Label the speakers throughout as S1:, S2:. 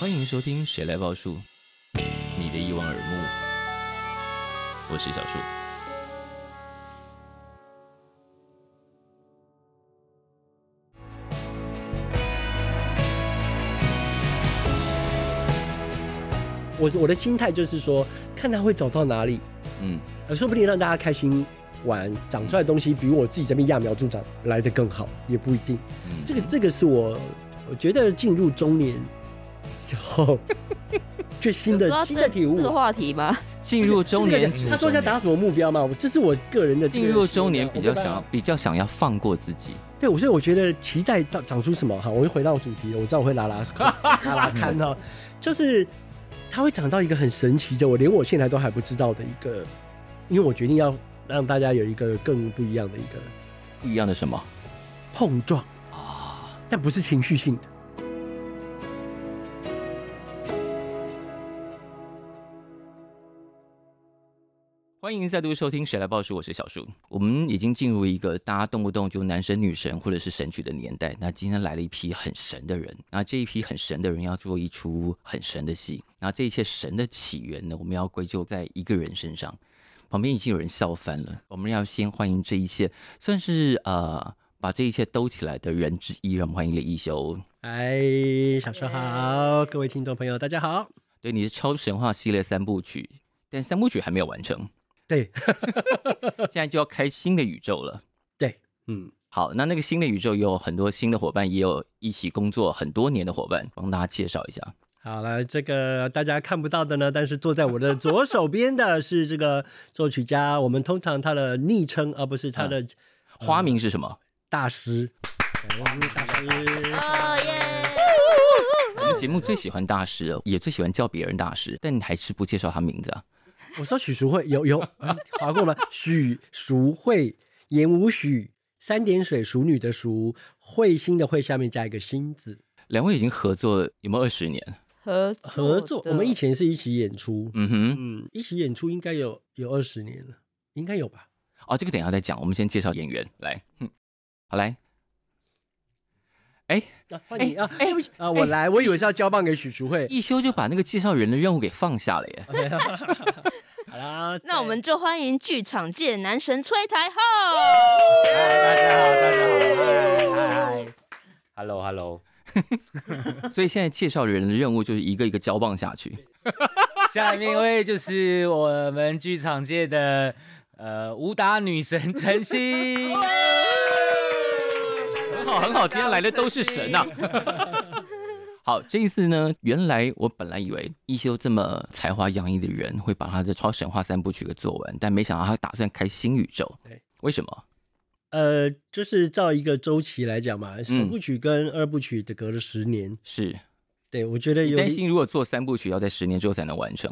S1: 欢迎收听《谁来报数》，你的一望而目，我是小树。
S2: 我我的心态就是说，看他会走到哪里，
S1: 嗯，
S2: 呃，说不定让大家开心玩，长出来的东西比我自己这边揠苗助长来的更好，也不一定。
S1: 嗯
S2: 这个这个是我，我觉得进入中年之后， 最新
S3: 有说
S2: 的
S3: 到
S2: 新
S3: 这
S2: 的体悟
S3: 这。个话题吗？
S1: 进入中年，
S2: 就是他说要达什么目标嘛？我这是我个人的这
S1: 进
S2: 个
S1: 入中年
S2: 目标
S1: 比较
S2: 我没办
S1: 想
S2: 法
S1: 要比较想要放过自己，
S2: 对，我所以我觉得期待到长出什么哈，我又回到主题了。我知道我会拉拉 拉拉看哈，就是它会长到一个很神奇的，我连我现在都还不知道的一个，因为我决定要让大家有一个更不一样的一个
S1: 不一样的什么
S2: 碰撞，
S1: 啊？
S2: 但不是情绪性的。
S1: 欢迎再度收听《谁来报数》，我是小树。我们已经进入一个大家动不动就男神女神或者是神曲的年代。那今天来了一批很神的人，那这一批很神的人要做一出很神的戏。那这一切神的起源呢，我们要归咎在一个人身上。旁边已经有人笑翻了。我们要先欢迎这一切，算是呃把这一切兜起来的人之一。让我们欢迎李一修。
S2: 哎，小时候好，各位听众朋友，大家好。
S1: 对，你是超神话系列三部曲，但三部曲还没有完成，
S2: 对，
S1: 现在就要开新的宇宙了。
S2: 嗯，
S1: 好，那那个新的宇宙也有很多新的伙伴，也有一起工作很多年的伙伴，帮大家介绍一下。
S2: 好了，这个大家看不到的呢，但是坐在我的左手边的是这个作曲家，我们通常他的昵称，而不是他的
S1: 花名是什么？
S2: 大师。
S3: 哦耶！
S1: 我们节目最喜欢大师了，也最喜欢叫别人大师，但你还是不介绍他名字啊？
S2: 我说许淑慧有有啊划过吗？许淑慧，言无许，三点水，熟女的熟，慧心的慧，下面加一个心字。
S1: 两位已经合作有没有二十年？
S3: 合
S2: 合作，
S3: 的
S2: 我们以前是一起演出，
S1: 嗯哼，
S2: 嗯，一起演出应该有有二十年了，应该有吧？
S1: 哦，这个等一下再讲，我们先介绍演员来。嗯，好来，哎，
S2: 啊，换你
S1: 哎
S2: 啊，
S1: 哎
S2: 对不起啊，我
S1: 哎
S2: 来，我以为是要交棒给许淑慧。
S1: 一休就把那个介绍人的任务给放下了耶。
S2: 好啦，
S3: 那我们就欢迎剧场界男神崔台浩。
S4: Hello Hello，
S1: 所以现在介绍人的任务就是一个一个交棒下去。
S4: 下面一位就是我们剧场界的呃武打女神陈曦。
S1: 很好，很好，今天来的都是神啊呐、 好，这一次呢，原来我本来以为一休这么才华洋溢的人会把他的超神话三部曲给做完，但没想到他打算开新宇宙
S2: 对。
S1: 为什么？
S2: 呃，就是照一个周期来讲嘛，首部曲跟二部曲的隔了十年，
S1: 是
S2: 对我觉得有
S1: 担心如果做三部曲要在十年之后才能完成。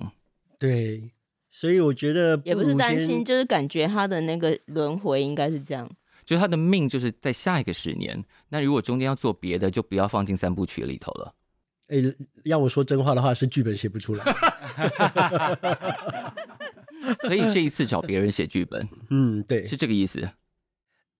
S2: 对，所以我觉得
S3: 也不是
S2: 如
S3: 担
S2: 先
S3: 心，就是感觉他的那个轮回应该是这样。
S1: 就是他的命就是在下一个十年，那如果中间要做别的，就不要放进三部曲里头了。
S2: 诶，要我说真话的话，是剧本写不出 来。
S1: 所以这一次找别人写剧本
S2: 嗯， 对
S1: 是。这个意思。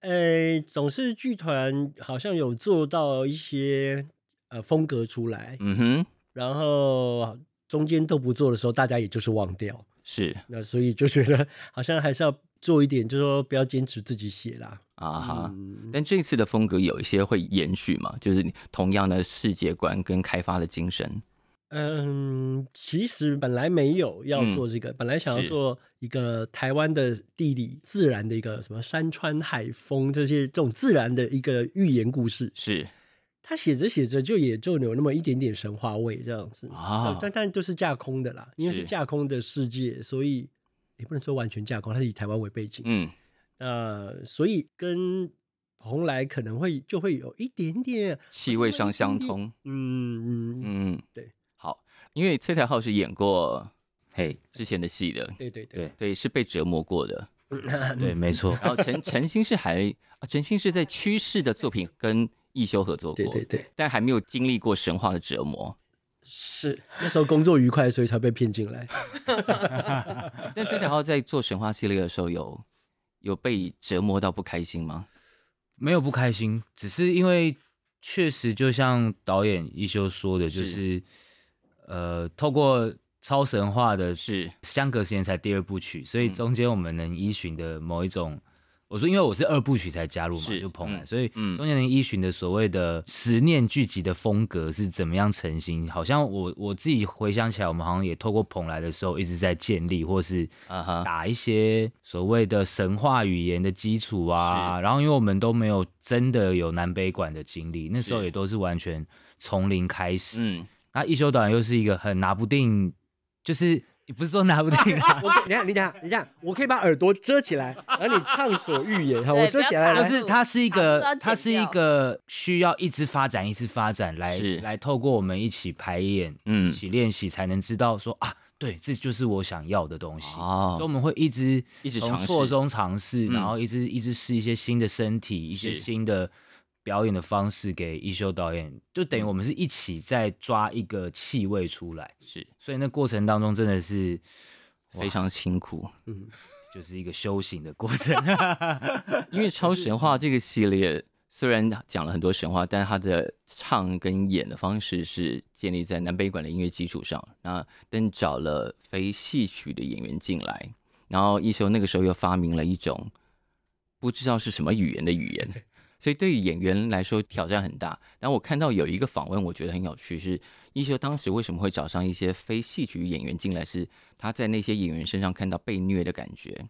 S2: 呃，总是剧团好像有做到一些呃风格出来，
S1: 嗯哼，
S2: 然后中间都不做的时候，大家也就是忘掉。
S1: 是
S2: 那所以就觉得好像还是要做一点，就是说不要坚持自己写啦。
S1: 啊哈。
S2: 嗯
S1: 但这一次的风格有一些会延续嘛，就是你同样的世界观跟开发的精神。
S2: 嗯，其实本来没有要
S1: 嗯
S2: 做这个，本来想要
S1: 是
S2: 做一个台湾的地理自然的一个什么山川海风这些这种自然的一个寓言故事。
S1: 是
S2: 他写着写着就也就有那么一点点神话味这样子
S1: 啊
S2: 哦但但但就是架空的啦，因为
S1: 是
S2: 是架空的世界，所以也不能说完全架空，它是以台湾为背景，
S1: 嗯，
S2: 呃，所以跟蓬莱可能会就会有一点点，
S1: 气味上相通。
S2: 嗯嗯，
S1: 嗯，
S2: 对，
S1: 好，因为崔台浩是演过
S4: 嘿，
S1: 之前的戏的，
S2: 对对对，
S4: 对
S1: 对，是被折磨过的。
S4: 对，没错。
S1: 然后陈陈星是还啊陈星是在趋势的作品跟一休合作过，
S2: 对对对，
S1: 但还没有经历过神话的折磨。
S2: 是那时候工作愉快，所以才被骗进来。，
S1: 但崔台浩在做神话系列的时候有，有被折磨到不开心吗？
S4: 没有不开心，只是因为确实就像导演一休说的，就是是呃，透过超神话的
S1: 是
S4: 相隔时间才第二部曲，所以
S1: 嗯
S4: 中间我们能依循的某一种，我说因为我是二部曲才加入嘛，
S1: 是
S4: 就蓬莱，
S1: 嗯
S4: 所以
S1: 嗯
S4: 中间能依循的所谓的十念剧集的风格是怎么样成型？好像我我自己回想起来，我们好像也透过蓬莱的时候一直在建立，或是
S1: 啊哈，
S4: 打一些所谓的神话语言的基础啊。
S1: 是
S4: 然后，因为我们都没有真的有南北馆的经历，那时候
S1: 是
S4: 也都是完全从零开始。
S1: 嗯，
S4: 那一休导演又是一个很拿不定，就是也不是说拿不定啊啦
S2: 我可你看，你等一下，你看，我可以把耳朵遮起来，然后你畅所欲言哈，
S3: 对
S2: 我遮起来
S3: 不要
S2: 来
S4: 就
S3: 卡住
S4: 是它是一
S3: 把
S4: 个
S3: 它，
S4: 它
S3: 剪
S4: 是一
S3: 掉
S4: 个需要一直发展、一直发展来
S1: 是
S4: 来透过我们一起排演、
S1: 嗯
S4: 一起练习，才能知道说啊，对，这就是我想要的东西。所以我
S1: 哦，
S4: 们会一直
S1: 一直尝
S4: 从
S1: 试
S4: 错中尝试，
S1: 嗯
S4: 然后一直一直试一些新的身体，一些
S1: 是
S4: 新的表演的方式给一休导演，就等于我们是一起在抓一个气味出来。
S1: 是
S4: 所以那过程当中真的是
S1: 非常辛苦，
S2: 嗯，
S4: 就是一个修行的过程。
S1: 因为超神话这个系列虽然讲了很多神话，但它的唱跟演的方式是建立在南北管的音乐基础上。那但找了非戏曲的演员进来，然后一休那个时候又发明了一种不知道是什么语言的语言，所以对于演员来说挑战很大。但我看到有一个访问，我觉得很有趣，是一休当时为什么会找上一些非戏曲演员进来，是他在那些演员身上看到被虐的感觉。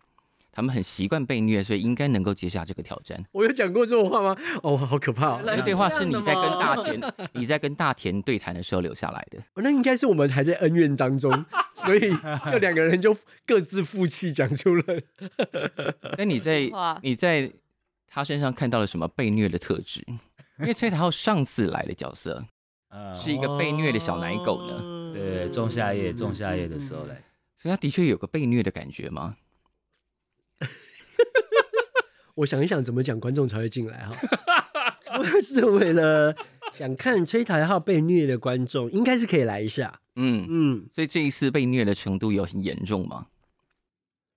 S1: 他们很习惯被虐，所以应该能够接下这个挑战。我
S2: 我有讲过这种话吗？哦，好 可怕、哦！
S1: 觉
S2: 那
S1: 得这话是你在跟大
S2: 哦
S1: 田 你在跟大田对谈的时候留下来的。
S2: 那应该是我们还在恩怨当中，所以就两个人就各自负气讲出了。
S1: 但你在
S3: 话
S1: 你在他身上看到了什么被虐的特质？因为崔台浩上次来的角色
S4: 呃
S1: 是一个被虐的小奶狗呢，
S4: 对仲夏夜，仲夏夜的时候来，
S1: 所以他的确有个被虐的感觉吗？
S2: 我想一想怎么讲，观众才会进来哈。 我是为了想看崔台浩被虐的观众，应该是可以来一下。
S1: 嗯，
S2: 嗯，
S1: 所以这一次被虐的程度有很严重吗？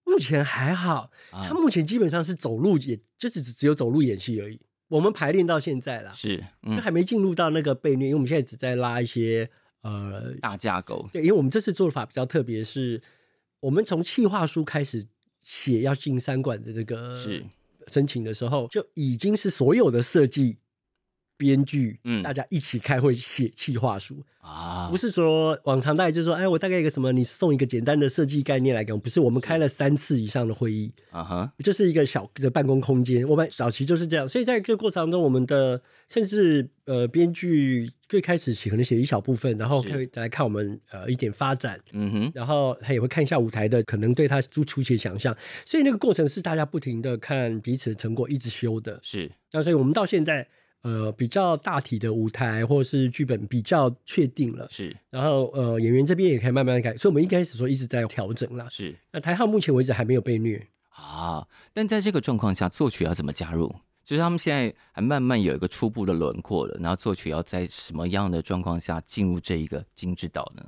S2: 目前还好，
S1: 啊
S2: 他，目前基本上是走路演，就是只只有走路演戏而已。我们排练到现在啦，
S1: 是，
S2: 就
S1: 嗯，
S2: 还没进入到那个被虐，因为我们现在只在拉一些呃，
S1: 大架构，
S2: 对，因为我们这次做法比较特别是，我们从企划书开始写要进三馆的这个
S1: 是
S2: 申请的时候，就已经是所有的设计。编剧，
S1: 嗯
S2: 大家一起开会写企划书，
S1: 啊，
S2: 不是说往常大概就是说，哎，我大概一个什么，你送一个简单的设计概念来给我们，不是，我们开了三次以上的会议，
S1: 啊哈，
S2: 就是一个小的办公空间。我们早期就是这样，所以在这个过程当中，我们的甚至呃，编剧最开始写可能写一小部分，然后
S1: 是
S2: 会来看我们呃一点发展，
S1: 嗯哼，
S2: 然后他也会看一下舞台的，可能对他出出一些想象。所以那个过程是大家不停的看彼此的成果，一直修的。
S1: 是
S2: 那所以我们到现在。呃，比较大体的舞台或是剧本比较确定了，
S1: 是
S2: 然后呃，演员这边也可以慢慢改，所以我们一开始说一直在调整啦。
S1: 是
S2: 那台号目前为止还没有被虐，
S1: 啊，但在这个状况下，作曲要怎么加入？就是他们现在还慢慢有一个初步的轮廓了，然后作曲要在什么样的状况下进入这一个金之岛呢？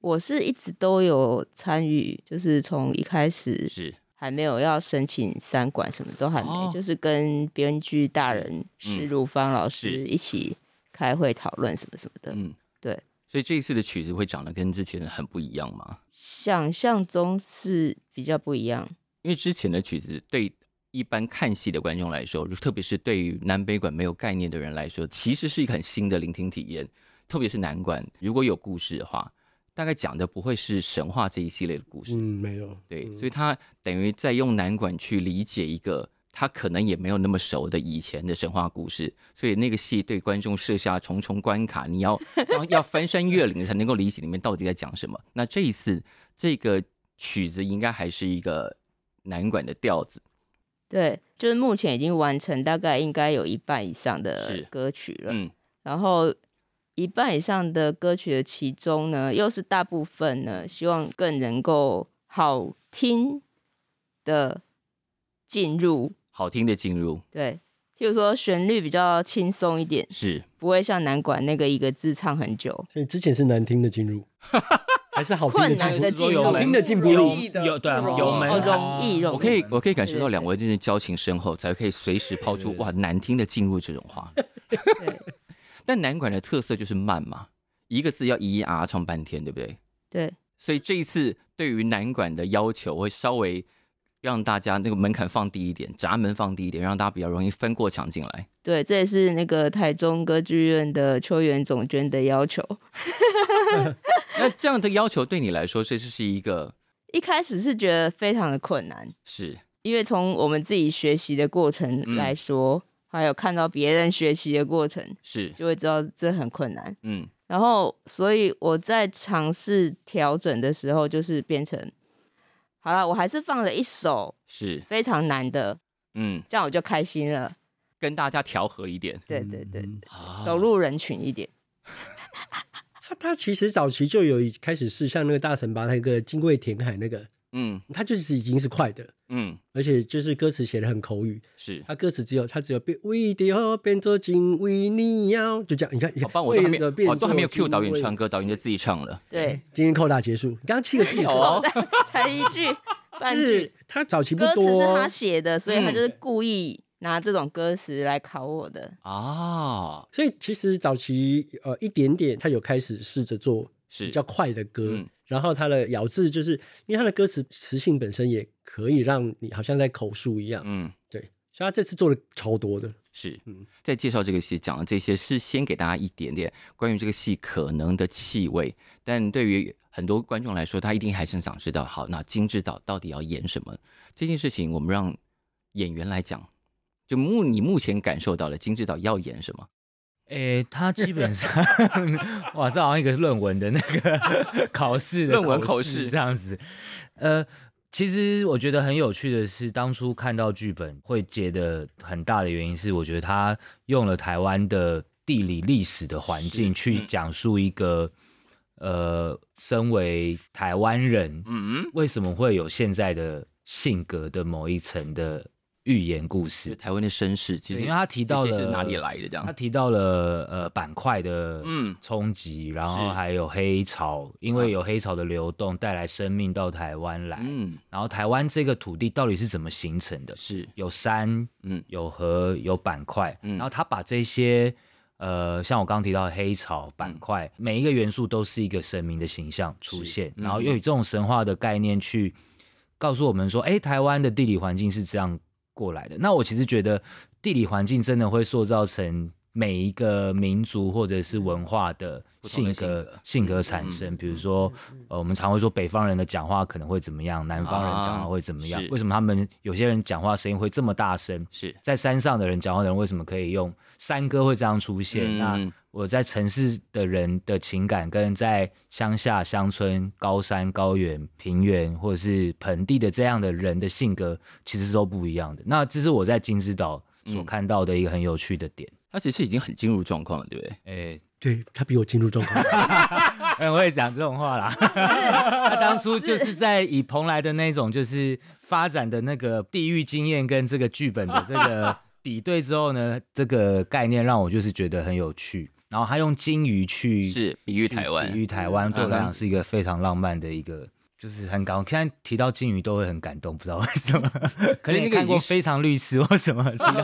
S3: 我是一直都有参与，就是从一开始
S1: 是
S3: 还没有要申请三馆，什么都还没，
S1: 哦
S3: 就是跟编剧大人
S1: 嗯
S3: 施如芳老
S1: 是
S3: 师一起开会讨论什么什么的。
S1: 嗯，
S3: 对。
S1: 所以这一次的曲子会长得跟之前的很不一样吗？
S3: 想象中是比较不一样，
S1: 因为之前的曲子对一般看戏的观众来说，特别是对于南北管没有概念的人来说，其实是一个很新的聆听体验。特别是南管，如果有故事的话，大概讲的不会是神话这一系列的故事，
S2: 嗯，没有，
S1: 对，
S2: 嗯
S1: 所以他等于在用南管去理解一个他可能也没有那么熟的以前的神话故事，所以那个戏对观众设下重重关卡，你要要要翻山越岭才能够理解里面到底在讲什么。那这一次这个曲子应该还是一个南管的调子，
S3: 对，就是目前已经完成大概应该有一半以上的
S1: 是
S3: 歌曲了。
S1: 嗯，
S3: 然后一半以上的歌曲的其中呢，又是大部分呢，希望更能够好听的进入，
S1: 好听的进入，
S3: 对，譬如说旋律比较轻松一点，
S1: 是
S3: 不会像南管那个一个字唱很久。
S2: 所以之前是难听的进 入，还是好听的
S3: 困难
S2: 进
S3: 的
S2: 入？
S3: 进
S4: 有
S3: 入，
S2: 好听的进步路
S4: 有有对啊
S1: 不容易
S4: 有门
S1: 哦
S4: 槛
S3: 容易容易
S1: 我可以，我可以感受到
S3: 对
S1: 两位真的交情深厚，才可以随时抛出
S4: 对
S1: 哇难听的进入这种话。
S3: 对
S1: 但南管的特色就是慢嘛，一个字要咿咿啊啊唱半天，对不对？
S3: 对，
S1: 所以这一次对于南管的要求我会稍微让大家那个门槛放低一点，闸门放低一点，让大家比较容易翻过墙进来。
S3: 对，这也是那个台中歌剧院的邱元总监的要求。
S1: 那这样的要求对你来说，这就是一个
S3: 一开始是觉得非常的困难，
S1: 是
S3: 因为从我们自己学习的过
S2: 嗯
S3: 程来说，还有看到别人学习的过程，
S1: 是
S3: 就会知道这很困难。
S1: 嗯
S3: 然后，所以我在尝试调整的时候，就是变成好了，我还是放了一首
S1: 是
S3: 非常难的，
S1: 嗯，
S3: 这样我就开心了。
S1: 跟大家调和一点
S3: 对对对，
S2: 嗯
S1: 啊
S3: 走入人群一点。
S2: 他他其实早期就有开始是像那个大神吧，那个金贵填海那个，
S1: 嗯
S2: 他就是已经是快的，
S1: 嗯
S2: 而且就是歌词写的很口语，
S1: 是
S2: 他歌词只有他只有变为的哦变作金为你要，就这样。你看，你
S1: 好
S2: 看，
S1: 棒，我都还没
S2: 为了
S1: 有，
S2: 变
S1: 我都还没有
S2: 作
S1: Q 导演
S2: 精
S1: 唱
S2: 卫。
S1: 歌，导演就自己唱了。
S3: 对，
S2: 今天扣大结束，你刚刚七个 字也是
S1: 哦
S3: 才一句半
S2: 就
S3: 句
S2: 是，他早期不
S3: 歌词
S2: 多
S3: 是，他写的，所以他
S1: 嗯
S3: 就是故意拿这种歌词来考我 的。
S1: 啊，
S2: 所以其实早期呃一点点他有开始试着做
S1: 是
S2: 比较快的歌，
S1: 嗯
S2: 然后他的咬字就是因为他的歌词词性本身也可以让你好像在口述一样，
S1: 嗯。
S2: 对，所以他这次做的超多的，
S1: 是
S2: 嗯，
S1: 在介绍这个戏讲的这些，是先给大家一点点关于这个戏可能的气味，但对于很多观众来说，他一定还是想知道，好，那金智导到底要演什么这件事情，我们让演员来讲，就目你目前感受到的金智导要演什么？
S4: 诶、他基本上， 哇，这好像一个论文的那个 考试的
S1: 论文口
S4: 口
S1: 试
S4: 这样子。呃，其实我觉得很有趣的是，当初看到剧本会觉得很大的原因是，我觉得他用了台湾的地理历史的环
S1: 是
S4: 境去
S1: 嗯
S4: 讲述一个、呃，身为台湾人
S1: 嗯，
S4: 为什么会有现在的性格的某一层的寓言故
S1: 就
S4: 事。
S1: 台湾的绅士，其
S4: 对
S1: 实
S4: 因为他提到
S1: 这些是
S4: 了
S1: 哪里来的这
S4: 他
S1: 样，
S4: 提到了呃板块的
S1: 嗯
S4: 冲击，然后
S1: 是
S4: 还有黑潮，因
S1: 嗯
S4: 为有黑潮的流动带来生命到台湾来，
S1: 嗯，
S4: 然后台湾这个土地到底是怎么形成的？
S1: 是，
S4: 有山，
S1: 嗯
S4: 有河，有板块，
S1: 嗯
S4: 然后他把这些。呃，像我刚刚提到的黑潮
S1: 嗯
S4: 板块，每一个元素都是一个神明的形象出现，
S1: 嗯
S4: 然后又以这种神话的概念去告诉我们说，哎、台湾的地理环境是这样过来的。那我其实觉得地理环境真的会塑造成每一个民族或者是文化的
S1: 不同
S4: 性
S1: 的性
S4: 格
S1: 格嗯
S4: 性格产生。比如说，呃，我们常会说北方人的讲话可能会怎么样，南方人讲话会怎么样？
S1: 啊是
S4: 为什么他们有些人讲话声音会这么大声？
S1: 是
S4: 在山上的人讲话的人为什么可以用山歌会这样出
S1: 嗯
S4: 现？那我在城市的人的情感跟在乡下、乡村、高山、高原、平原或者是盆地的这样的人的性格其实都不一样的。那这是我在金之岛所
S1: 嗯
S4: 看到的一个很有趣的点。
S1: 他其实已经很进入状况了，对不对？
S4: 诶、
S2: 对他比我进入状况。
S4: 很会讲这种话啦。 他当初就是在以蓬莱的那种就是发展的那个地域经验跟这个剧本的这个比对之后呢，这个概念让我就是觉得很有趣。然后他用金鱼去
S1: 是比喻台湾
S4: 去比喻台湾对我来
S1: 嗯
S4: 讲是一个非常浪漫的一个。就是很感动，现在提到金鱼都会很感动，不知道为什么。可能
S1: 那
S4: 你
S1: 个已
S4: 看过
S1: 经
S4: 《
S1: 是
S4: 非常律师》或什么，提到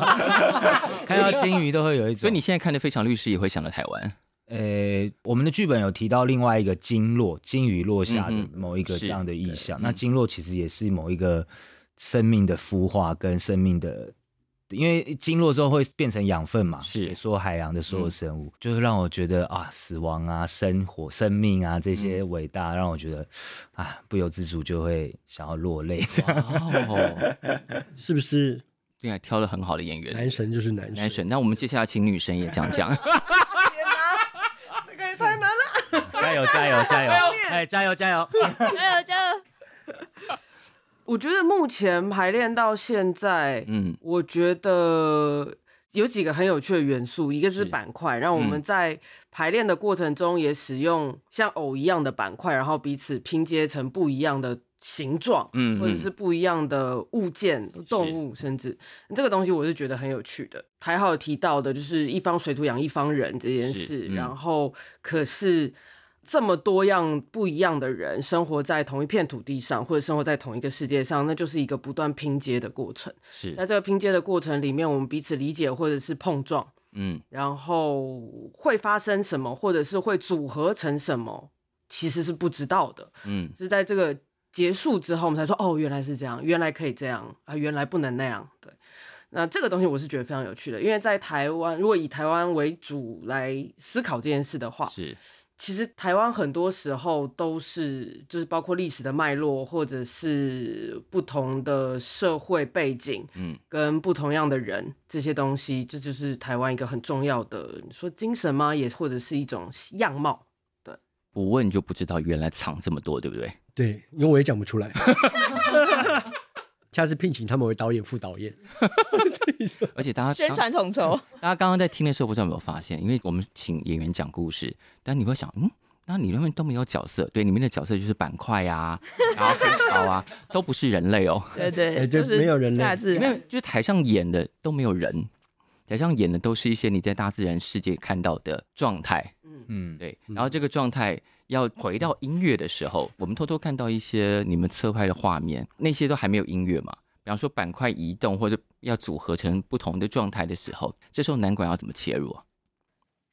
S4: 看到金鱼都会有一种。
S1: 所以你现在看的《非常律师》也会想到台湾，
S4: 呃，我们的剧本有提到另外一个鲸落，鲸鱼落下的
S1: 嗯哼
S4: 某一个
S1: 是
S4: 这样的意象。
S1: 对
S4: 那
S1: 嗯
S4: 鲸落其实也是某一个生命的孵化跟生命的，因为鲸落之后会变成养分嘛，
S1: 是
S4: 也说海洋的所有
S1: 嗯
S4: 生物，就是让我觉得啊，死亡啊、生活、生命啊这
S1: 嗯
S4: 些伟大，让我觉得啊，不由自主就会想要落泪。这样
S1: 哦，
S2: 是不是
S1: 对啊，挑了很好的演员，
S2: 男神就是男神？
S1: 男神，那我们接下来请女神也讲讲。
S5: 这个也太难了。
S4: 加油加油加油！哎，加油加油！
S3: 加油加油！
S5: 我觉得目前排练到现在，
S1: 嗯，
S5: 我觉得有几个很有趣的元素，一个是
S1: 是
S5: 板块，让我们
S1: 嗯
S5: 在排练的过程中也使用像偶一样的板块，然后彼此拼接成不一样的形状，
S1: 嗯
S5: 或者
S1: 嗯
S5: 是不一样的物件、动物，甚至这个东西我是觉得很有趣的。台好有提到的就是一方水土养一方人这件
S1: 是
S5: 事，
S1: 嗯
S5: 然后可是。这么多样不一样的人生活在同一片土地上，或者生活在同一个世界上，那就是一个不断拼接的过程。
S1: 是
S5: 在这个拼接的过程里面，我们彼此理解或者是碰撞，
S1: 嗯
S5: 然后会发生什么，或者是会组合成什么，其实是不知道的。
S1: 嗯
S5: 是在这个结束之后，我们才说哦，原来是这样，原来可以这样啊，原来不能那样。对，那这个东西我是觉得非常有趣的，因为在台湾，如果以台湾为主来思考这件事的话，
S1: 是
S5: 其实台湾很多时候都是，就是包括历史的脉络，或者是不同的社会背景，
S1: 嗯
S5: 跟不同样的人这些东西，这就是台湾一个很重要的，你说精神吗？也或者是一种样貌。
S1: 不问就不知道原来藏这么多，对不对？
S2: 对，因为我也讲不出来。下次聘请他们为导演、副导演，所以说
S1: 而且大家
S3: 宣传统筹，
S1: 大家刚刚在听的时候，不知道有没有发现，因为我们请演员讲故事，但你会想，嗯，那里面都没有角色，对，里面的角色就是板块 啊，然后黑潮啊，都不是人类哦，
S3: 对对，
S2: 哎 对啊
S3: 就是
S2: 没有人类
S3: 大自
S1: 里面
S3: 然，
S1: 就是台上演的都没有人，台上演的都是一些你在大自然世界看到的状态，
S5: 嗯，
S4: 嗯，
S1: 对，然后这个状态要回到音乐的时候，我们偷偷看到一些你们侧拍的画面，那些都还没有音乐嘛。比方说板块移动或者要组合成不同的状态的时候，这时候难管要怎么切入啊？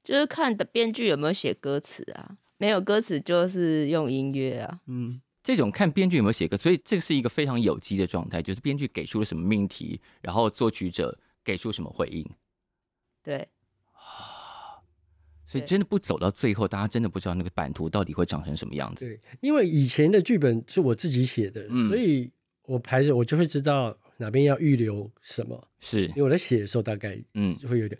S3: 就是看的编剧有没有写歌词啊，没有歌词就是用音乐啊，
S2: 嗯，
S1: 这种看编剧有没有写歌，所以这是一个非常有机的状态，就是编剧给出了什么命题，然后作曲者给出什么回应，
S3: 对，
S1: 所以
S3: 对
S1: 真的不走到最后，大家真的不知道那个版图到底会长成什么样子。
S2: 对，因为以前的剧本是我自己写的，
S1: 嗯
S2: 所以我排着我就会知道哪边要预留什么。
S1: 是
S2: 因，为我在写的时候大概
S1: 嗯
S2: 就会有点，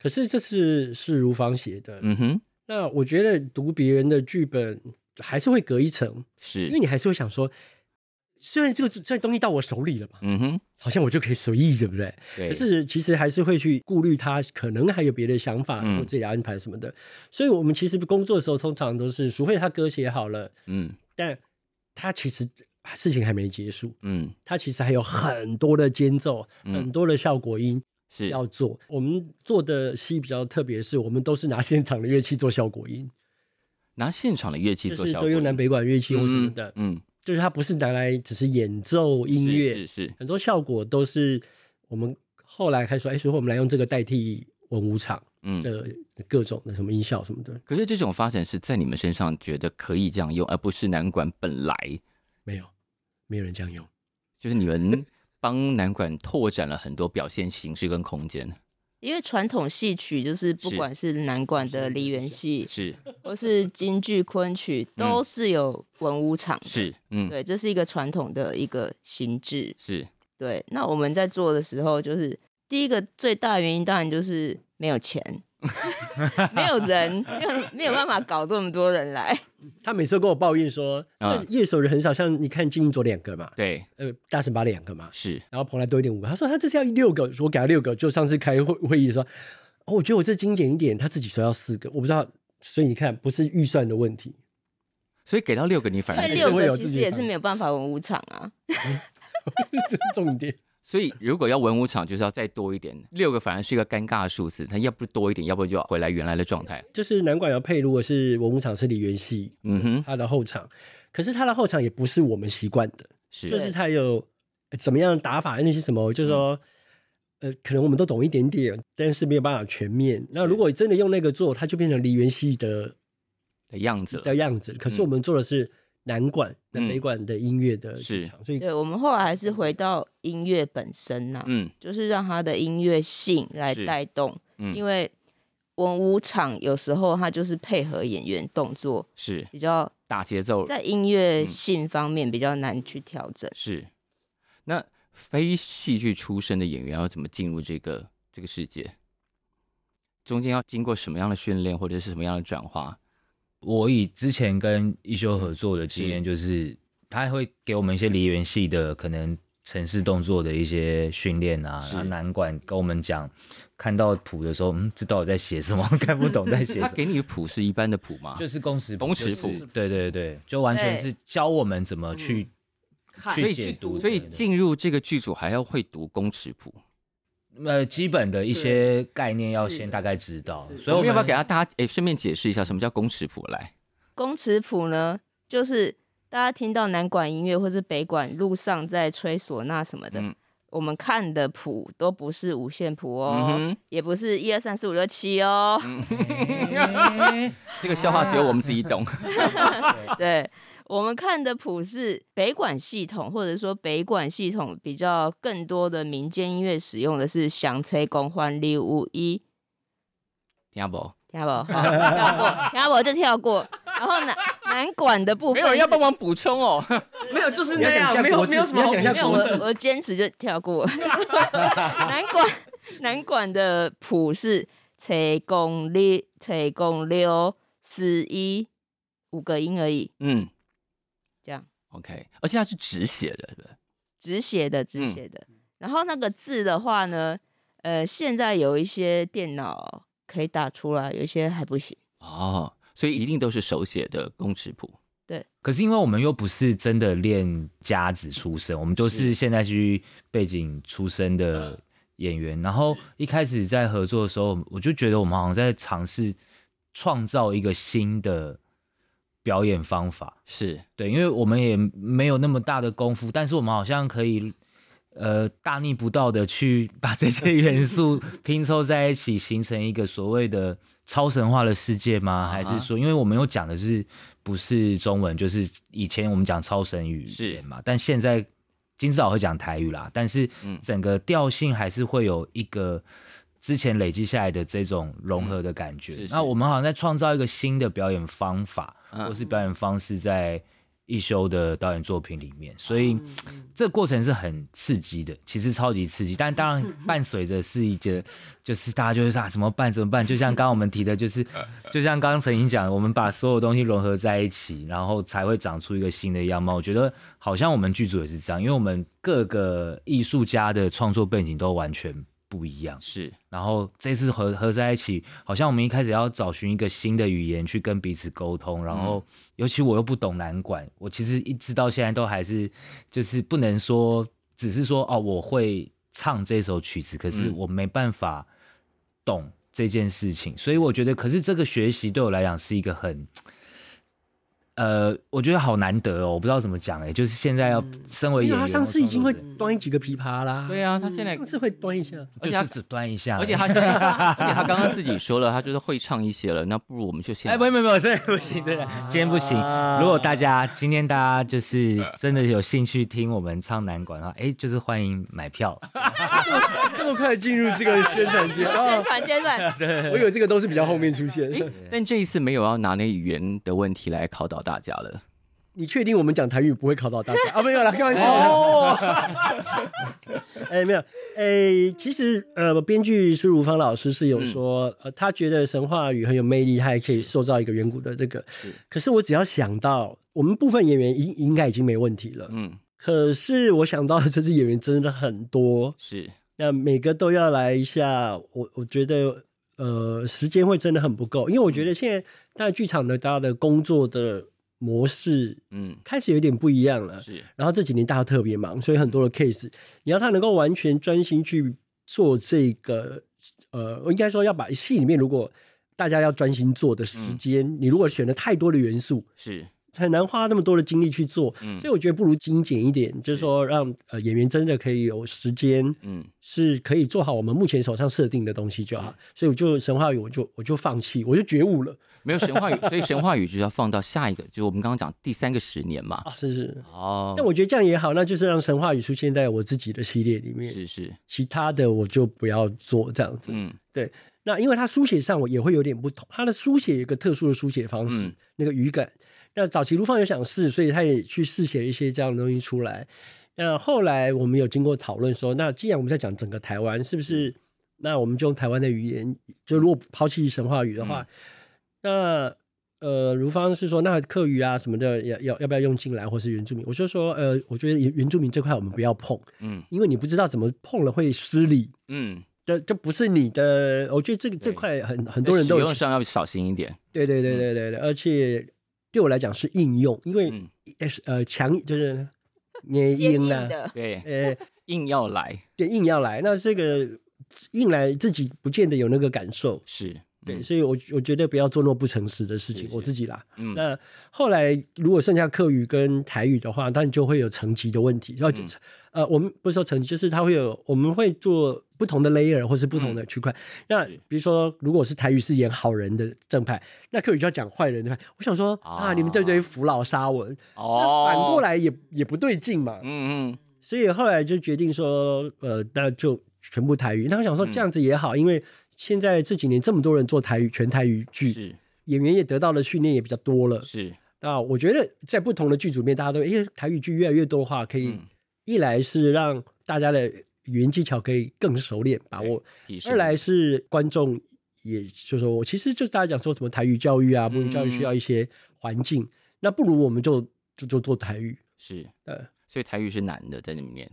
S2: 可是这次是如芳写的，
S1: 嗯哼，
S2: 那我觉得读别人的剧本还是会隔一层，
S1: 是
S2: 因为，你还是会想说，虽然这个这东西到我手里了嘛，
S1: 嗯哼，
S2: 好像我就可以随意，对不对？
S1: 对，
S2: 可是其实还是会去顾虑他可能还有别的想法
S1: 嗯
S2: 或自己的安排什么的，所以我们其实工作的时候通常都是，除非他歌写好了，
S1: 嗯
S2: 但他其实事情还没结束，
S1: 嗯
S2: 他其实还有很多的间奏、
S1: 嗯
S2: 很多的效果音
S1: 是，
S2: 要做。我们做的戏比较特别的是，我们都是拿现场的乐器做效果音，
S1: 拿现场的乐器
S2: 就
S1: 做
S2: 是
S1: 效
S2: 都
S1: 果，
S2: 用南北管乐器或什么
S1: 嗯
S2: 的，
S1: 嗯，
S2: 就是它不是拿来只是演奏音
S1: 是
S2: 乐，
S1: 是是，
S2: 很多效果都是我们后来开始说，哎，所以我们来用这个代替文武场
S1: 嗯。
S2: 的各种的什么音效什么的，
S1: 可是这种发展是在你们身上觉得可以这样用，而不是南管本来
S2: 没有，没有人这样用。
S1: 就是你们帮南管拓展了很多表现形式跟空间。
S3: 因为传统戏曲就是不
S1: 是
S3: 管是南管的梨园戏，
S1: 是
S3: 或是京剧、昆曲，
S1: 嗯
S3: 都是有文武场的，
S1: 是，嗯，
S3: 对，这是一个传统的一个形制。
S1: 是，
S3: 对，那我们在做的时候，就是第一个最大的原因，当然就是没有 钱，没有人，没有没有办法搞这么多人来。
S2: 他每次都跟我抱怨说，那
S1: 嗯
S2: 夜守人很少，像你看金鹰左两个嘛，
S1: 对，
S2: 呃，大神把两个嘛，
S1: 是，
S2: 然后蓬莱多一点五个，他说他这次要六个，我给他六个，就上次开会会议的时候，哦，我觉得我这精简一点，他自己说要四个，我不知道，所以你看，不是预算的问题，
S1: 所以给到六个你反
S3: 那
S1: 而
S2: 对
S1: 觉
S3: 六
S1: 得，
S2: 会有
S3: 个其
S2: 自
S3: 实
S2: 己
S3: 也
S2: 的
S3: 是没有办法文武场啊，
S2: 这是重点。
S1: 所以如果要文武场就是要再多一点，六个反而是一个尴尬的数字，它要不多一点，要不就要回来原来的状态。
S2: 就是南管要配，如果是文武场是李元系，
S1: 嗯哼，
S2: 他的后场，可是他的后场也不是我们习惯的，就是是他有呃怎么样的打法，那些什么，就是说，呃，可能我们都懂一点点，但是没有办法全面。那如果真的用那个做，它就变成梨园戏的
S1: 的样子
S2: 的
S1: 了。
S2: 样子。可是
S1: 嗯
S2: 我们做的是南管、南北
S1: 嗯
S2: 管的音乐的剧
S1: 是
S2: 场，所以
S3: 对我啊们后来还是回到音乐本身呐、
S1: 嗯
S3: 就是让它的音乐性来
S1: 是
S3: 带动，因
S1: 嗯，
S3: 为文武场有时候它就是配合演员动作，
S1: 是
S3: 比较
S1: 大节奏，
S3: 在音乐
S1: 嗯
S3: 性方面比较难去调整。
S1: 是。那非戏剧出身的演员要怎么进入这个这个世界？中间要经过什么样的训练，或者是什么样的转化？
S4: 我以之前跟一休合作的经验，
S1: 是
S4: 就是他会给我们一些梨园戏的可能城市动作的一些训练啊，
S1: 是
S4: 然后南管跟我们讲，看到谱的时候，嗯，这到底在写什么？ 看不懂在写
S1: 他
S4: 什么。
S1: 给你的谱是一般的谱吗？
S4: 就是公尺
S1: 公尺
S4: 就是
S1: 谱
S4: 对对对，就完全是教我们怎么去
S5: 看
S1: 所以
S4: 去解读，
S1: 所以
S4: 对对
S1: 进入这个剧组还要会读公尺谱。
S4: 呃基本的一些概念要
S5: 是
S4: 先
S5: 的
S4: 大概知道
S5: 是，的
S4: 所
S1: 所以
S4: 以我
S1: 我
S4: 们
S1: 们要不要给他大家哎，顺便解释一下什么叫公尺谱来？
S3: 公尺谱呢，就是大家听到南管音乐或是北管路上在吹唢呐什么的，
S1: 嗯
S3: 我们看的谱都不是五线谱哦，
S1: 嗯哼
S3: 也不是一二三四五六七哦，
S4: 哎
S1: 这个笑话只有我们自己懂。嗯
S3: 对。我们看的谱是北管系统，或者说北管系统比较更多的民间音乐使用的是响吹公欢六五一，
S1: 听不？
S3: 听不好，跳过，听 不就跳过。然后南南管的部
S1: 没
S3: 分是，
S1: 有人要帮忙补充哦。
S5: 没有就是
S2: 你要
S5: 那
S2: 讲一下
S5: 样，没有
S2: 国字
S5: 没有什么
S2: 你
S5: 好
S2: 要讲一下
S3: 没有，
S2: 国字
S3: 我我坚持就跳过。 南管南管的谱是吹公六吹公六四一五个音而已，
S1: 嗯
S3: 这样
S1: ，OK，而且它是止血的，是不是？
S3: 直写的直写的。然后那个字的话呢，呃，现在有一些电脑可以打出来，有一些还不行。
S1: 哦，所以一定都是手写的公尺谱。
S4: 可是因为我们又不是真的练家子出身，我们都
S1: 是
S4: 是现在去背景出身的演员。然后一开始在合作的时候，我就觉得我们好像在尝试创造一个新的表演方法。
S1: 是，
S4: 对，因为我们也没有那么大的功夫，但是我们好像可以，呃，大逆不道的去把这些元素 拼凑在一起，形成一个所谓的超神话的世界吗？还
S1: 啊哈
S4: 是说，因为我们又讲的是不是中文，就是以前我们讲超神语
S1: 是
S4: 言嘛，但现在金志老会讲台语啦，但是
S1: 嗯
S4: 整个调性还是会有一个。之前累积下来的这种融合的感觉，
S1: 嗯是是
S4: 那我们好像在创造一个新的表演方法，
S1: 嗯
S4: 或是表演方式在一休的导演作品里面，所以
S5: 嗯嗯
S4: 这过程是很刺激的，其实超级刺激，但当然伴随着是一个，就是大家就是啊怎么办怎么办？就像刚刚我们提的，就是就像刚刚陈颖讲的，我们把所有东西融合在一起，然后才会长出一个新的样貌。我觉得好像我们剧组也是这样，因为我们各个艺术家的创作背景都完全不一样，
S1: 是，
S4: 然后这次合合在一起，好像我们一开始要找寻一个新的语言去跟彼此沟通，然后、
S1: 嗯
S4: 尤其我又不懂南管，我其实一直到现在都还是就是不能说，只是说哦我会唱这首曲子，可是
S1: 嗯
S4: 我没办法懂这件事情，所以我觉得，可是这个学习对我来讲是一个很。呃，我觉得好难得哦，我不知道怎么讲哎、就是现在
S1: 嗯
S4: 要身为
S2: 因
S4: 演
S2: 为他
S4: 员，
S2: 上次已经会
S4: 我创作者
S2: 端几个琵琶啦，
S1: 对啊，他现在
S2: 嗯上次会端一下。
S1: 而且他
S4: 就只只端一下已，
S1: 而且他现在， 而且他刚刚自己说了，他就是会唱一些了，那不如我们就先
S4: 哎，没有没有没有， 真的不行，真的今天不行。如果大家今天大家就是真的有兴趣听我们唱南管的话，哎，就是欢迎买票。
S2: 这么快进入这个宣传 阶段哦
S3: 宣，传阶段，
S2: 我以为这个都是比较后面出现。
S1: 但这一次没有要拿那语言的问题来考倒大家了。
S2: 你确定我们讲台语不会考到大家啊？没有啦，开玩笑。 哦，哎，没有，哎，其实呃，编剧施如芳老师是
S1: 嗯
S2: 有说，呃，他觉得神话语很有魅力，他也可以塑造一个远古的这个
S1: 是。
S2: 可是我只要想到，我们部分演员应应该已经没问题了。
S1: 嗯，
S2: 可是我想到的这支演员真的很多，
S1: 是，
S2: 那每个都要来一下，我我觉得呃时间会真的很不够，因为我觉得现在在剧场的大家的工作的模式
S1: 嗯，
S2: 开始有点不一样了。
S1: 是，
S2: 然后这几年大家特别忙，所以很多的 case，你要他能够完全专心去做这个，呃，我应该说要把戏里面如果大家要专心做的时间，你如果选了太多的元素，
S1: 是，
S2: 很难花那么多的精力去做。
S1: 嗯
S2: 所以我觉得不如精简一点，就是说让呃演员真的可以有时间，
S1: 嗯，
S2: 是可以做好我们目前手上设定的东西就好。所以我就神话语，我就我就放弃，我就觉悟了
S1: 没有神话语，所以神话语就是要放到下一个，就是我们刚刚讲第三个十年嘛。
S2: 啊，是是。
S1: 哦，
S2: 但我觉得这样也好，那就是让神话语出现在我自己的系列里面，
S1: 是是，
S2: 其他的我就不要做这样子。
S1: 嗯，
S2: 那因为它书写上我也会有点不同，它的书写有一个特殊的书写方式，
S1: 嗯
S2: 那个语感。那早期卢芳有想试，所以他也去试写了一些这样的东西出来。那后来我们有经过讨论说，那既然我们在讲整个台湾，是不是那我们就用台湾的语言？就如果抛弃神话语的话，呃，如芳是说那客语啊什么的要要要不要用进来，或是原住民？我就说呃，我觉得原原住民这块我们不要碰，
S1: 嗯
S2: 因为你不知道怎么碰了会失礼。
S1: 嗯，
S2: 这这不是你的，我觉得这个这
S1: 对
S2: 块很很
S1: 很
S2: 多人都
S1: 使
S2: 有
S1: 用上嗯要小心一点。
S2: 对对对对对对，而且对我来讲是应用，因为
S1: 嗯，
S2: 呃是呃强就是你硬
S3: 坚硬
S2: 呢，
S3: 的，
S1: 对，
S2: 呃
S1: 硬要来
S2: 对硬要来，那这个硬来自己不见得有那个感受，
S1: 是，
S2: 对，
S1: 嗯
S2: 所以我我觉得不要做那不诚实的事情，
S1: 是
S2: 我
S1: 是
S2: 自己啦。
S1: 嗯
S2: 那后来如果剩下客语跟台语的话，当然就会有层级的问题，然后就、
S1: 嗯
S2: 呃我们不是说层级，就是它会有我们会做不同的 layer 或是不同的区块。那
S1: 嗯是
S2: 比如说，如果是台语是演好人的正派，那客语就要讲坏人的派。我想说啊，你们这堆
S1: 哦
S2: 扶老杀文，
S1: 哦，
S2: 那反过，来也也不对劲嘛。
S1: 嗯嗯，
S2: 所以后来就决定说，呃，那就全部台语。那我想说
S1: 嗯
S2: 这样子也好，因为现在这几年这么多人做台语全台语剧，
S1: 是
S2: 演员也得到了训练也比较多了。
S1: 是，
S2: 那我觉得在不同的剧组里面，大家都因为台语剧越来越多的话，可以、
S1: 嗯，
S2: 一来是让大家的语言技巧可以更熟练把握，
S1: 提升
S2: 二来是观众也就是说我其实就是大家讲说什么台语教育啊，母语教育
S1: 嗯
S2: 需要一些环境，那不如我们就就就做台语。
S1: 是，
S2: 呃，
S1: 所以台语是难的，在里面，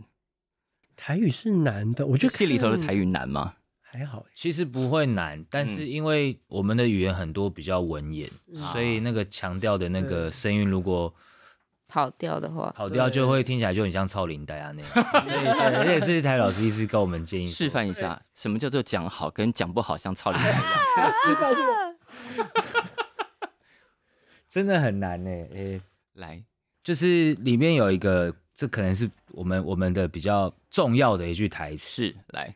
S2: 台语是难的，我觉得
S1: 戏里头的
S2: 看
S1: 台语难吗？
S2: 还好。
S4: 其实不会难，但是因为我们的语言很多比较文言，
S1: 啊
S4: 所以那个强调的那个声韵如果
S3: 跑掉的话，
S4: 跑掉，就会听起来就很像超龄带啊那样。所以对这也是台老师一直跟我们建议说
S1: 示范一下什么叫做讲好跟讲不好像操练一样。
S4: 真的很难呢、诶、
S1: 来，
S4: 就是里面有一个，这可能是我们我们的比较重要的一句台词：
S1: 是来，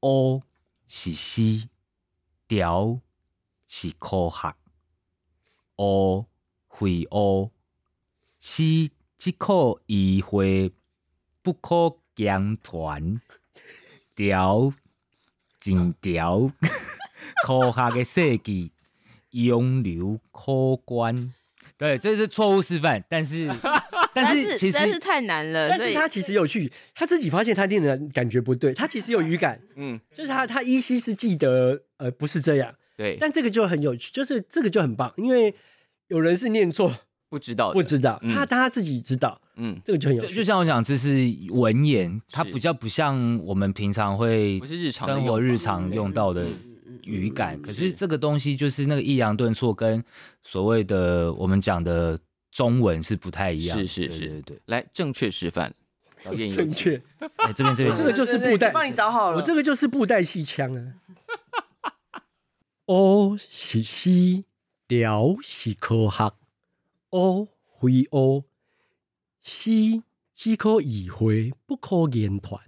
S4: 哦，是西，屌是科学，哦会哦，是即可意会，不可言传，屌真屌， 科学的设计，永留可观。对，这是错误示范，但是但是其实
S3: 但是太难了，
S2: 但
S3: 所
S2: 是
S3: 以
S2: 他其实有趣，他自己发现他练的感觉不对，他其实有 语感，
S1: 嗯，
S2: 就是他他依稀是记得，呃，不是这样，
S1: 对，
S2: 但这个就很有趣，就是这个就很棒，因为有人是念错，
S1: 不知道的，
S2: 不知道，
S1: 嗯
S2: 他他自己知道，
S1: 嗯，
S2: 这个就很有
S4: 就
S2: 趣
S4: 就。像我讲，这是文言，它
S1: 是
S4: 比较不像我们平常会
S1: 不是日常的
S4: 生
S1: 用
S4: 活
S1: 法嗯
S4: 日常用到
S2: 嗯
S4: 的
S5: 嗯
S4: 语感。可是这个东西就是那个抑扬顿挫，跟所谓的我们讲的中文是不太一样。
S1: 是是
S4: 对
S1: 是
S4: 对对。
S1: 来正确示范，导演有
S2: 正
S1: 请
S2: 确，
S4: 哎，这边 这边
S2: 这个就是
S5: 对对对
S2: 布袋
S5: 帮你找好了。
S2: 我这个就是布袋戏腔啊。 哦，是西聊是科学，哦非哦，西只可意会不可言传，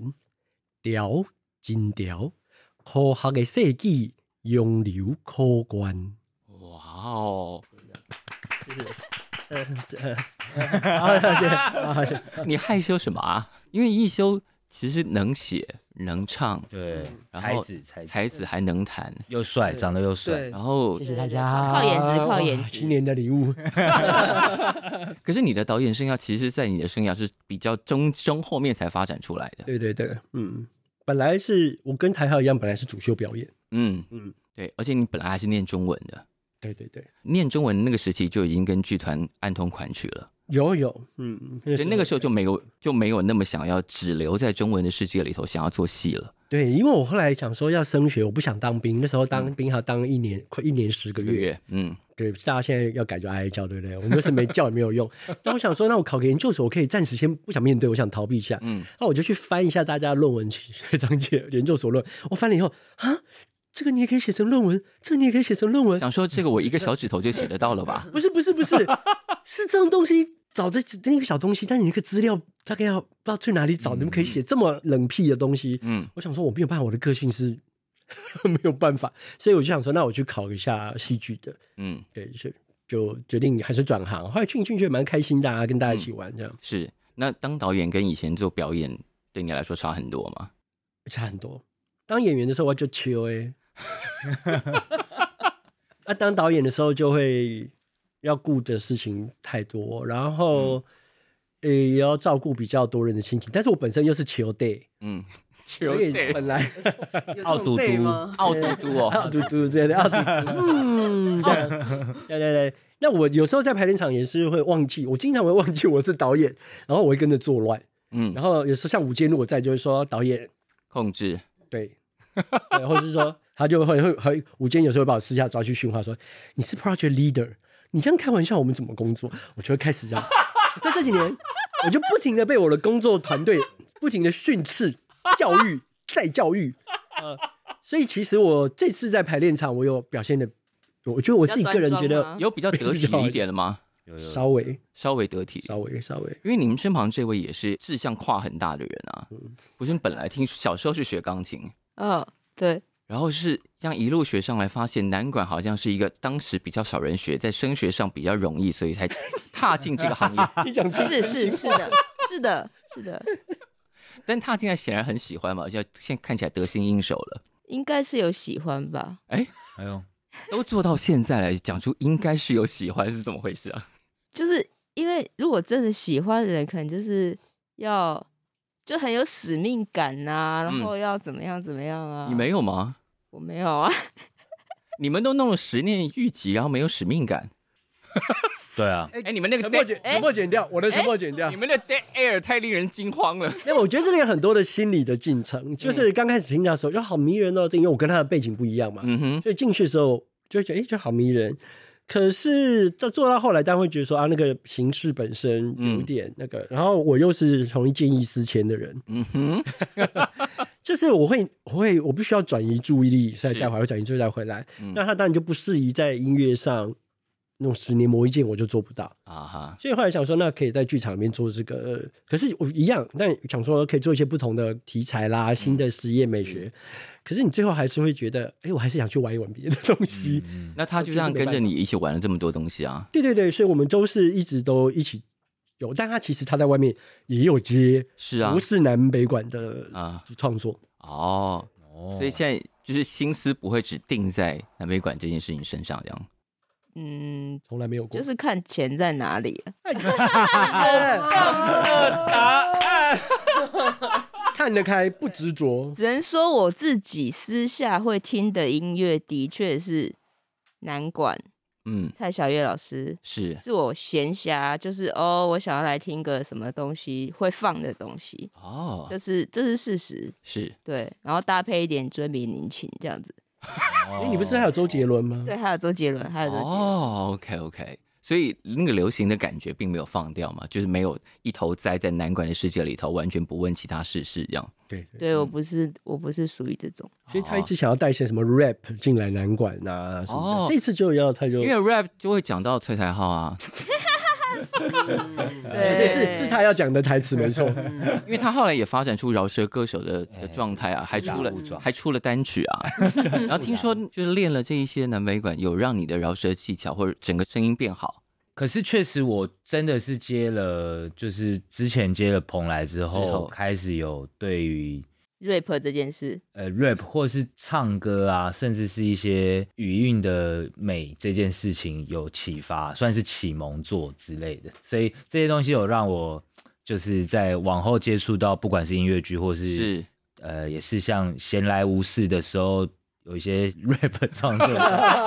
S2: 聊真聊，科学的设计永留可观。
S1: 哇哦，你害羞什么啊？因为一休其实能写能唱，
S4: 对，
S1: 嗯然
S4: 才
S1: 后
S4: 子才子
S1: 才子还能弹，
S4: 又帅，长得又帅
S5: 对，
S1: 然后
S2: 谢
S3: 谢
S2: 谢
S3: 大
S2: 大
S3: 家
S2: 家，
S3: 靠颜值靠颜
S2: 哇
S3: 值
S2: 新年的礼物。
S1: 可是你的导演生涯，其实，在你的生涯是比较中中后面才发展出来的。
S2: 对对对，嗯，本来是我跟台浩一样，本来是主修表演。
S1: 嗯嗯
S2: 嗯，
S1: 对，而且你本来还是念中文的，
S2: 对对对，
S1: 念中文那个时期就已经跟剧团暗通款曲了，
S2: 有有，嗯，
S1: 所以那个时候就没有就没有那么想要只留在中文的世界里头，想要做戏了。
S2: 对，因为我后来想说要升学，我不想当兵，那时候当兵还要当一年，快一年十个
S1: 嗯一个
S2: 月。
S1: 月，嗯，
S2: 对，大家现在要改叫哀教，对不对？我们就是没教也没有用。 但我想说，那我考个研究所，我可以暂时先不想面对，我想逃避一下。
S1: 嗯
S2: 嗯，那我就去翻一下大家的论文学章节，研究所论。我翻了以后啊，这个你也可以写成论文，这个你也可以写成论
S1: 嗯
S2: 文。
S1: 想说这个我一个小指头就写得到了 吧？
S2: 不是不是不是，是这种东西找这那个小东西，但你那个资料大概要不知道去哪里找，你们可以写这么冷僻的东西。
S1: 嗯，
S2: 我想说，我没有办法，我的个性是 没有办法，所以我就想说，那我去考一下戏剧的，
S1: 嗯，
S2: 对，就就决定还是转行。后来进进去也蛮开心的、啊，跟大家一起玩这样，
S1: 是。那当导演跟以前做表演，对你来说差很多吗？
S2: 差很多。当演员的时 候我就求哎，那、当导演的时候就会要顾的事情太多，然后、呃也要照顾比较多人的心情，但是我本身又是求 day，
S1: 嗯，
S2: 所以本来
S5: 有这种
S4: 傲嘟嘟
S5: 背吗？
S1: 傲嘟嘟哦，
S2: 啊嘟嘟对对啊嘟嘟，嗯，真的，对对对。那我有时候在排练场也是会忘记，我经常会忘记我是导演，然后我会跟着作乱。
S1: 嗯，
S2: 然后有时候像吴坚如果在，就会说导演
S1: 控制，
S2: 对，对，或者是说他就会会会吴坚有时候会把我私下抓去训话说你是 project leader，你这样开玩笑我们怎么工作？我就会开始这样，在这几年我就不停的被我的工作团队不停的训斥、教育、再教育，呃，所以其实我这次在排练场我有表现的，我觉得我自己个人觉得
S1: 有比较得体一点的吗？
S4: 有有
S2: 稍微
S1: 稍微得体，
S2: 稍微稍微。
S1: 因为你们身旁这位也是志向跨很大的人啊。不是你本来听小时候是学钢琴，
S3: 嗯，对，
S1: 然后是这样一路学上来，发现南管好像是一个当时比较少人学，在升学上比较容易，所以才 踏进这个行业。
S2: 你讲出
S3: 是
S2: 真
S3: 是
S2: 心
S3: 是的，是的，是的，
S1: 但踏进来显然很喜欢嘛，而且现在看起来得心应手了。
S3: 应该是有喜欢吧？
S4: 哎呦，
S1: 都做到现在来讲出应该是有喜欢是怎么回事啊？
S3: 就是因为如果真的喜欢的人，可能就是要就很有使命感呐、然
S1: 嗯
S3: 后要怎么样怎么样啊？
S1: 你没有吗？
S3: 我没有啊，
S1: 你们都弄了十年预计，然后没有使命感。
S4: 对啊，
S1: 哎、你们那个
S2: 沉默
S1: dead,
S2: 剪，沉默剪掉，我的
S3: 哎
S2: 沉默剪掉
S1: 你。们的 dead air 太令人惊慌了。
S2: 那我觉得这里有很多的心理的进程，
S1: 嗯
S2: 就是刚开始听到的时候就好迷人哦，这因为我跟他的背景不一样嘛，
S1: 嗯哼，
S2: 所以进去的时候就会觉得哎、诶就好迷人。可是到做到后来，大家会觉得说啊，那个形式本身有一点那个，然后我又是容易见异思迁的人，
S1: 嗯哼，
S2: 就是我会我会我必须要转移注意力，所以
S1: 是
S2: 再回来转移注意力再回来，
S1: 嗯
S2: 那他当然就不适宜在音乐上弄十年磨一剑，我就做不到。
S1: 啊哈，
S2: 所以后来想说，那可以在剧场里面做这个，呃可是我一样，但想说可以做一些不同的题材啦，新的实验美学。可是你最后还是会觉得，哎、我还是想去玩一玩别的东西。
S4: 嗯
S1: 那他就
S2: 就是
S1: 这样
S2: 没
S1: 跟着
S2: 办法
S1: 你一起玩了这么多东西啊。
S2: 对对对，所以我们都是一直都一起有，但他其实他在外面也有接，
S1: 是啊
S2: 不，是南北馆的
S1: 啊
S2: 创作。
S1: 哦，
S4: 哦
S1: 所以现在就是心思不会只定在南北馆这件事情身上，这样。
S3: 嗯，
S2: 从来没有过，哎
S3: 就是看钱在哪里、啊。
S2: 看得开，不执着。
S3: 只能说我自己私下会听的音乐的确是南管
S1: 嗯，
S3: 蔡小月老师，
S1: 是
S3: 是我闲暇就是哦，我想要来听个什么东西会放的东西，
S1: 哦
S3: 这，是这是事实。
S1: 是
S3: 对，然后搭配一点追名林琴这样子。
S2: 哎、你不是还有周杰伦吗？
S3: 对，还有周杰伦，还有周杰伦。
S1: 哦，OK OK，所以那个流行的感觉并没有放掉嘛，就是没有一头栽在南管的世界里头，完全不问其他世事这样。
S2: 对对。
S3: 对我不是，我不是属于这种。
S2: 所以他一直想要带一些什么 rap 进来南管啊什么的，
S1: 哦
S2: 这次就要他就
S1: 因为 rap 就会讲到崔台浩啊，
S2: 对，是是他要讲的台词，没错。嗯
S1: 因为他后来也发展出饶舌歌手的的状态啊，还出了
S4: 哎误撞
S1: 还出了单曲 啊。然后听说就是练了这一些南北管，有让你的饶舌技巧或者整个声音变好。
S4: 可是确实，我真的是接了，就是之前接了蓬莱之
S1: 之后
S4: 后，开始有对于
S3: rap 这件事，
S4: 呃 rap 或是唱歌啊，甚至是一些语韵的美这件事情有启发，算是启蒙作之类的。所以这些东西有让我就是在往后接触到，不管是音乐剧或是
S1: 是
S4: 呃，也是像闲来无事的时候。有一些 rap 创作者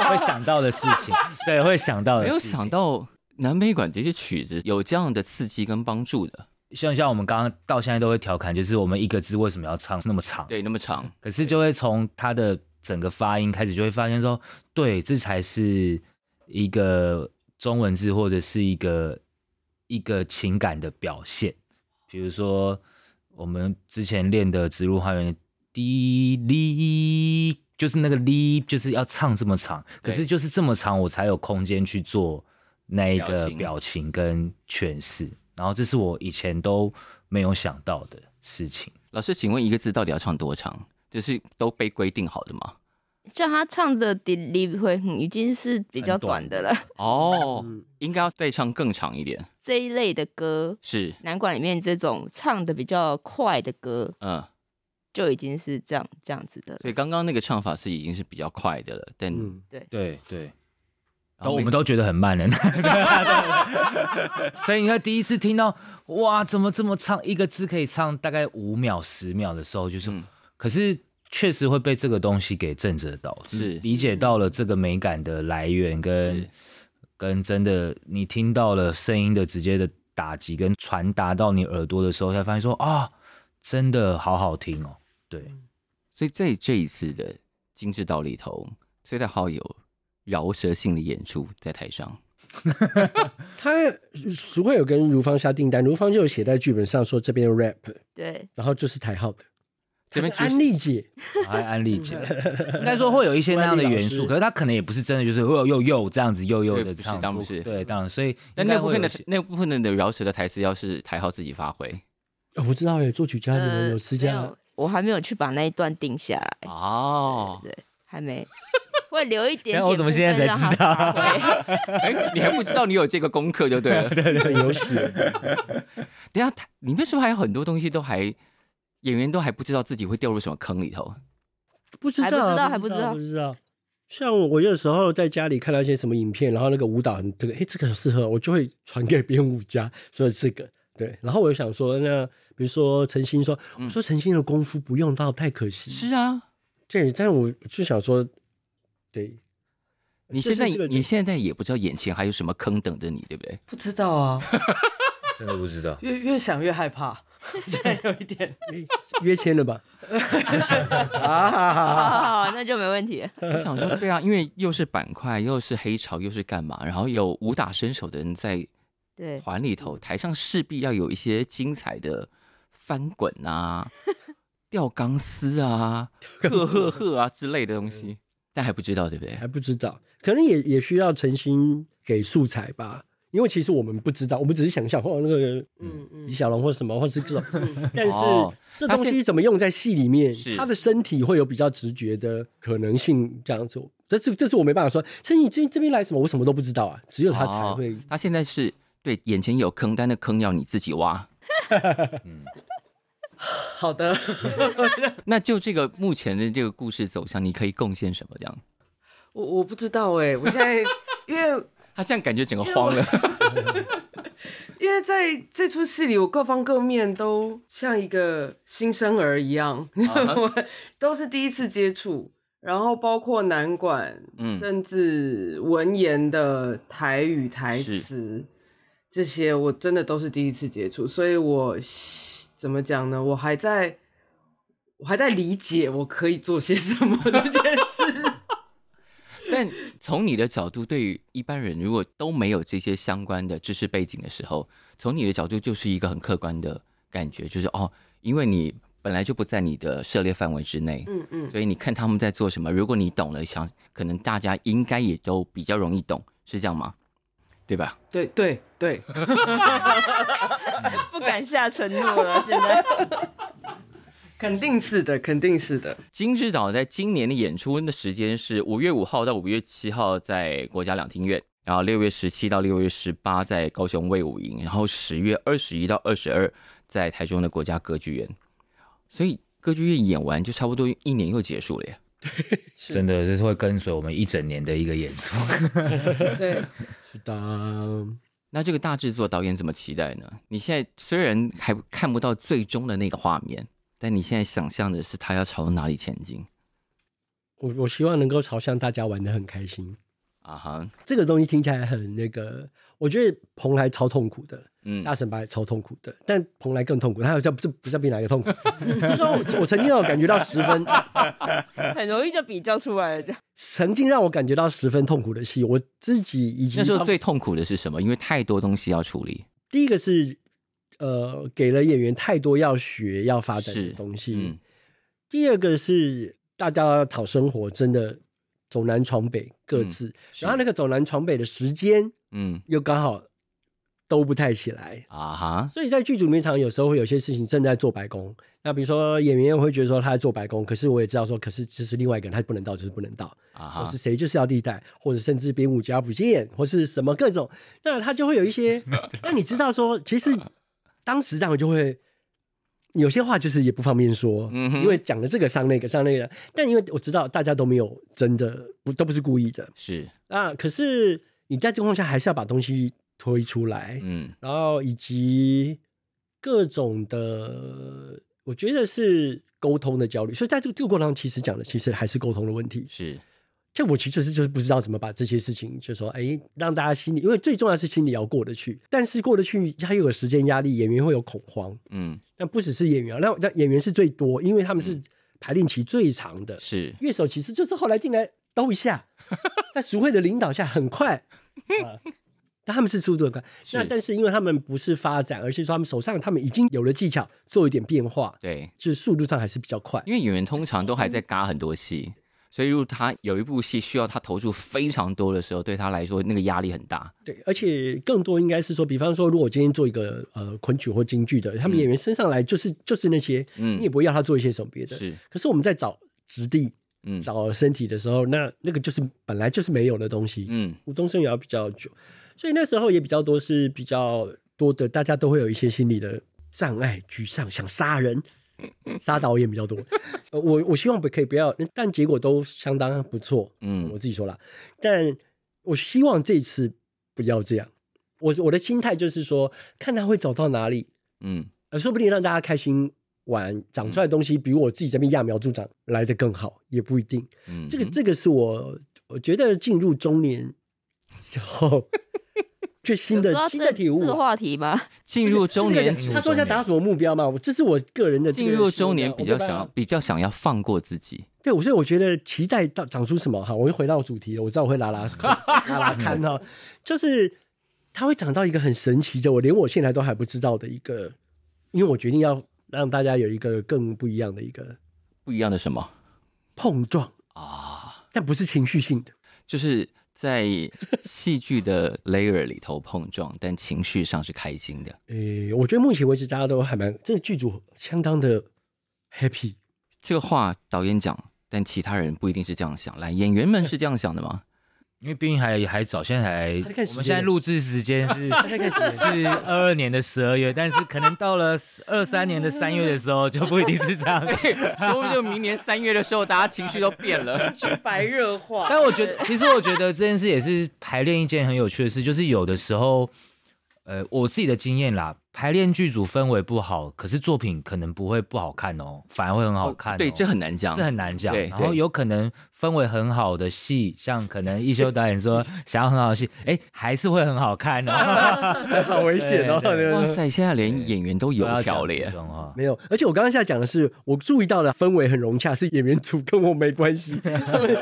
S4: 会想到的事情，对，会想到的
S1: 没
S4: 事情。
S1: 有想到南北管这些曲子有这样的刺激跟帮助的，
S4: 像像我们刚刚到现在都会调侃，就是我们一个字为什么要唱那么长？
S1: 对，那么长，
S4: 可是就会从它的整个发音开始，就会发现说，对，这才是一个中文字或者是一个一个情感的表现。比如说我们之前练的《植入花园》，滴哩，就是那个哩，就是要唱这么长。可
S1: 对
S4: 是就是这么长，我才有空间去做那一
S1: 表
S4: 个
S1: 情
S4: 表情跟诠释。然后这是我以前都没有想到的事情。
S1: 老师，请问一个字到底要唱多长？就是都被规定好的吗？
S3: 像他唱的《Delivery》已经是比较
S4: 很
S3: 短
S4: 短
S3: 的了。
S1: 哦
S2: 嗯，
S1: 应该要再唱更长一点。
S3: 这一类的歌，
S1: 是，
S3: 南管里面这种唱的比较快的歌，
S1: 嗯，
S3: 就已经是这样这样子的了。
S1: 所以刚刚那个唱法是已经是比较快的了，但
S2: 嗯，
S4: 对对。
S1: 然
S4: 都
S1: 后
S4: 哦我
S1: 每
S4: 们都觉得很慢了， 所以你看第一次听到哇，怎么这么唱一个字可以唱大概五秒十秒的时候，就是、
S1: 嗯
S4: 可是确实会被这个东西给震慑到，
S1: 是
S4: 理解到了这个美感的来源跟
S1: 是
S4: 跟真的你听到了声音的直接的打击跟传达到你耳朵的时候，才发现说啊，真的好好听哦。对，
S1: 所以在这一次的金枝岛里头，崔太浩有饶舌性的演出在台上，
S2: 他淑慧有跟如芳下订单，如芳就有写在剧本上说这边 rap，
S3: 对，
S2: 然后就是台号的
S1: 这边
S2: 她的安利姐，
S4: 还安利姐，
S2: 嗯
S4: 应该说会有一些那样的元素，可是他可能也不是真的就是又又又这样子又又
S1: 对
S4: 的
S1: 不是
S4: 唱，
S1: 当然不是
S4: 对，当然，所以
S1: 但
S4: 应该
S1: 那部
S4: 会
S1: 分
S4: 有
S1: 的
S4: 一些
S1: 那部分的饶舌的台词要是台浩自己发挥
S2: 哦我知道耶，作曲家你们有私
S3: 呃没
S2: 家
S3: 有，我还没有去把那一段定下
S4: 哎
S3: 来，
S1: 哦，
S3: 对，还没，会留一点
S4: 哎
S3: 点。
S4: 我怎么现在才知道？
S1: 哎、你还不知道你有这个功课就 对了。
S2: 很 有血，
S1: 等一下，台里面是不是还有很多东西都还演员都还不知道自己会掉入什么坑里头？
S2: 不知
S3: 还不知
S2: 道
S3: 道
S2: 啊，
S3: 还不知道
S2: 不知道。像我，我有时候在家里看到一些什么影片，然后那个舞蹈很这个，哎，这个很适合，我就会传给编舞家说这个对。然后我就想说，那比如说陈星说，
S1: 嗯
S2: 我说陈星的功夫不用到太可惜，
S1: 是啊，
S2: 对，但我就想说，对，
S1: 你
S2: 就是
S1: 现在
S2: 这个
S1: 你现在也不知道眼前还有什么坑等着你，对不 对？
S5: 不知道啊，
S4: 真的不知道。
S5: 越越想越害怕， 现在有一点。
S2: 诶约签了吧？啊，
S3: 哦，那就没问题了。
S1: 我想说，对啊，因为又是板块，又是黑潮，又是干嘛，然后有武打身手的人在
S3: 对，
S1: 环里
S2: 嗯
S1: 头，台上势必要有一些精彩的翻滚 啊、吊钢丝啊、呵呵呵啊之类的东西，但还不知道，对不对
S2: 嗯还？不知道，可能也也需要诚心给素材吧，因为其实我们不知道，我们只是想象哦，那个
S5: 嗯嗯
S2: 李，小龙或什么，或是这种， 但是
S1: 哦
S2: 这
S1: 他
S2: 东西
S1: 现
S2: 怎么用在戏里面
S1: 是，
S2: 他的身体会有比较直觉的可能性，这样子，这是这是我没办法说，所以你这这边来什么，我什么都不知道啊，只有他才
S1: 哦
S2: 会。
S1: 他现在是对眼前有坑，但那坑要你自己 挖。
S5: 好的。
S1: 那就这个目前的这个故事走向，你可以贡献什么？这样，
S5: 我我不知道哎、我现在 因为
S1: 他现在感觉整个慌了。
S5: 因为在这出戏里，我各方各面都像一个新生儿一样，
S1: 啊
S5: 我 都是第一次接触。然后包括南管，
S1: 嗯
S5: 甚至文言的台语台
S1: 是
S5: 词，这些我真的都是第一次接触，所以我怎么讲呢？我还在，我还在理解我可以做些什么这件事。
S1: 但从你的角度，对于一般人如果都没有这些相关的知识背景的时候，从你的角度就是一个很客观的感觉，就是哦，因为你本来就不在你的涉猎范围之内，
S5: 嗯嗯，
S1: 所以你看他们在做什么。如果你懂了，想可能大家应该也都比较容易懂，是这样吗？对吧？
S5: 对对 对，
S3: 不敢下承诺了，现 在。
S5: 肯定是的，肯定是的。
S1: 金枝岛在今年的演出的时间是五月五号到五月七号在国家两厅院，然后六月十七到六月十八在高雄卫武营，然后十月二十一到二十二在台中的国家歌剧院。所以歌剧院演完就差不多一年又结束了耶。
S4: 真的这是会跟随我们一整年的一个演出。
S5: 对，
S2: 是的，
S1: 那这个大制作导演怎么期待呢？你现在虽然还看不到最终的那个画面，但你现在想象的是他要朝哪里前进
S2: 我我希望能够朝向大家玩的很开心。
S1: 啊哈？
S2: 这个东西听起来很那个，我觉得蓬莱超痛苦的，
S1: 嗯
S2: 大，神八也超痛苦的，但蓬莱更痛苦。他好像不是不知道比哪个痛苦， 就说我我曾经让我感觉到十分，
S3: 很容易就比较出来了，这样。
S2: 曾经让我感觉到十分痛苦的戏，我自己以及
S1: 那时候最痛苦的是什么？因为太多东西要处理。
S2: 第一个是呃给了演员太多要学要发展
S1: 是
S2: 的东西，
S1: 嗯
S2: 第二个是大家讨生活真的走南闯北各
S1: 嗯
S2: 自，
S1: 是
S2: 然后那个走南闯北的时间
S1: 嗯
S2: 又刚好都不太起来，
S1: 啊哈，
S2: 所以在剧组里面，常常有时候会有些事情正在做白工。那比如说演员会觉得说他在做白工，可是我也知道说，可是其实另外一个人他不能到，就是不能到，
S1: 啊哈
S2: 或是，谁就是要地带，或者甚至编舞家不见，或是什么各种，那他就会有 一些。
S1: 啊
S2: 那你知道说，其实当时长就会有些话就是也不方便说，
S1: 嗯哼
S2: 因为讲了这个伤那个伤那个，但因为我知道大家都没有真的不都不是故意的，
S1: 是，
S2: 那可是你在这个情况下还是要把东西推出来，
S1: 嗯
S2: 然后以及各种的，我觉得是沟通的焦虑。所以在这个这个过程中，其实讲的其实还是沟通的问题。
S1: 是
S2: 就我其实是就是不知道怎么把这些事情，就说哎，让大家心里，因为最重要的是心里要过得去，但是过得去，他又有时间压力，演员会有恐慌。
S1: 嗯
S2: 但不只是演员啊，那那演员是最多，因为他们是排练期最长的。
S1: 是
S2: 乐手其实就是后来进来兜 一下，在淑慧的领导下，很快，呃但他们是速度很快。
S1: 是
S2: 那但是因为他们不是发展，而是说他们手上他们已经有了技巧，做一点变化，
S1: 对，
S2: 就是速度上还是比较快。
S1: 因为演员通常都还在嘎很多戏，所以如果他有一部戏需要他投入非常多的时候，对他来说那个压力很大。
S2: 对，而且更多应该是说，比方说，如果今天做一个呃昆曲或京剧的，他们
S1: 嗯
S2: 演员升上来就是就是那些，
S1: 嗯
S2: 你也不会要他做一些什么别的。
S1: 是，
S2: 可是我们在找质地、
S1: 嗯
S2: 找身体的时候，那那个就是本来就是没有的东西。
S1: 嗯
S2: 无中生有要比较久，所以那时候也比较多是比较多的，大家都会有一些心理的障碍、沮丧，想杀人。杀导演比较多，呃我我希望不可以不要，但结果都相当不错，我
S1: 嗯
S2: 自己说啦，但我希望这次不要这样。我我的心态就是说，看他会走到哪里，
S1: 嗯，
S2: 呃，说不定让大家开心玩，长出来的东西比我自己这边揠苗助长来的更好，也不一定。
S1: 嗯
S2: 这个
S1: 嗯
S2: 这个是我我觉得进入中年 之后最新
S3: 有说
S2: 的
S3: 到
S2: 新
S3: 这
S2: 的体悟啊
S3: 这。个话题吧，
S1: 进入中年，
S2: 就是他说要达什么目标嘛？我这是我个人的这
S1: 进
S2: 个
S1: 入
S2: 心得
S1: 中年比较想
S2: 我没
S1: 要
S2: 办法
S1: 比较想要放过自己。
S2: 对，我所以我觉得期待到长出什么哈，我又回到主题了。我知道我会拉拉 拉拉看哈，就是它会长到一个很神奇的，我连我现在都还不知道的一个，因为我决定要让大家有一个更不一样的一个
S1: 不一样的什么
S2: 碰撞，
S1: 啊？
S2: 但不是情绪性的。
S1: 就是在戏剧的 layer 里头碰撞，但情绪上是开心的。
S2: 诶，我觉得目前为止大家都还蛮这个剧组相当的 happy。
S1: 这个话导演讲，但其他人不一定是这样想。来，演员们是这样想的吗？
S4: 因为毕竟还还早，现在还
S2: 他在看时间
S4: 我们现在录制时间 是是二二年的十二月，但是可能到了二三年的三月的时候就不一定是 这样。
S1: 说不定明年三月的时候，大家情绪都变 了。
S5: 白热 化。
S4: 但我觉得，其实我觉得这件事也是排练一件很有趣的事，就是有的时候，呃，我自己的经验啦，排练剧组氛围不好，可是作品可能不会不好看哦，反而会很好看哦、
S1: 嗯对，这很难讲，
S4: 这很难讲。
S1: 对
S4: 然后
S1: 对
S4: 有可能氛围很好的戏，像可能一休导演 说想要很好的戏，哎，还是会很好看哦的、
S2: 好危险哦！
S4: 对
S1: 哇
S2: 对
S1: 塞，现在
S4: 呃
S1: 连演员都
S4: 不
S1: 油
S4: 要讲
S1: 条了
S4: 这
S1: 耶！
S4: 种话
S2: 没有，而且我刚刚现在讲的是，我注意到的氛围很融洽，是演员组跟我没关系。 他们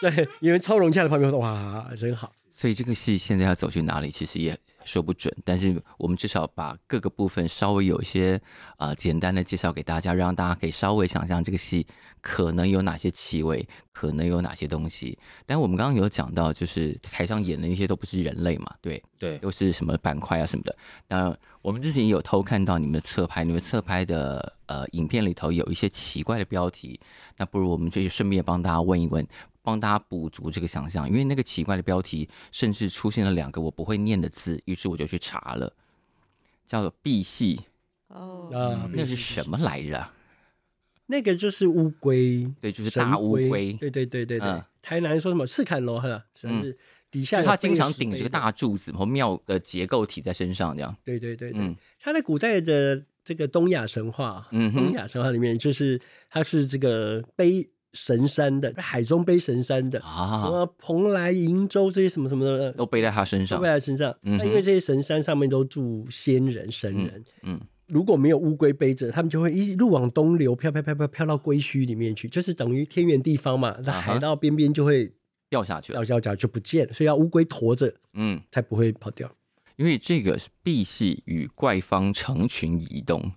S2: 对，演员超融洽的旁边我说哇，真好。
S1: 所以这个戏现在要走去哪里，其实也说不准。但是我们至少把各个部分稍微有一些呃简单的介绍给大家，让大家可以稍微想象这个戏可能有哪些气味，可能有哪些东西。但我们刚刚有讲到，就是台上演的那些都不是人类嘛，对，
S4: 对，
S1: 都是什么板块啊什么的。那我们之前也有偷看到你们的侧拍，你们侧拍的呃影片里头有一些奇怪的标题，那不如我们就顺便帮大家问一问，帮大家补足这个想象，因为那个奇怪的标题甚至出现了两个我不会念的字，于是我就去查了，叫做“碧玺嗯
S3: 哦，
S2: 啊”，
S1: 那是什么来着啊？
S2: 那个就是乌龟，
S1: 对，就是
S2: 神
S1: 大乌龟，
S2: 对对对对对，
S1: 嗯
S2: 台南说什么赤坎罗哈，是不是底
S1: 就
S2: 下
S1: 是它经常顶
S2: 着
S1: 着个大，柱子和庙的结构体在身上，这样，
S2: 对对对对，
S1: 嗯
S2: 它在古代的这个东亚神话，
S1: 嗯哼
S2: 东亚神话里面就是它是这个背神山的，海中背神山的，什
S1: 啊，
S2: 么蓬莱、瀛洲这些什么什么的
S1: 都背在它身
S2: 都
S1: 上
S2: 背，在身上。
S1: 嗯
S2: 那因
S1: 哼
S2: 为这些神山上面都住仙人、神人，
S1: 嗯，
S2: 如果没有乌龟背着，他们就会一路往东流，飘飘飘飘飘到龟墟里面去，就是等于天圆地方嘛。那
S1: 啊哈
S2: 海到边边就会
S1: 掉下去了
S2: 掉，掉掉就不见了，所以要乌龟驮着
S1: 嗯。
S2: 才不会跑掉。
S1: 因为这个是碧玺与怪方成群移动。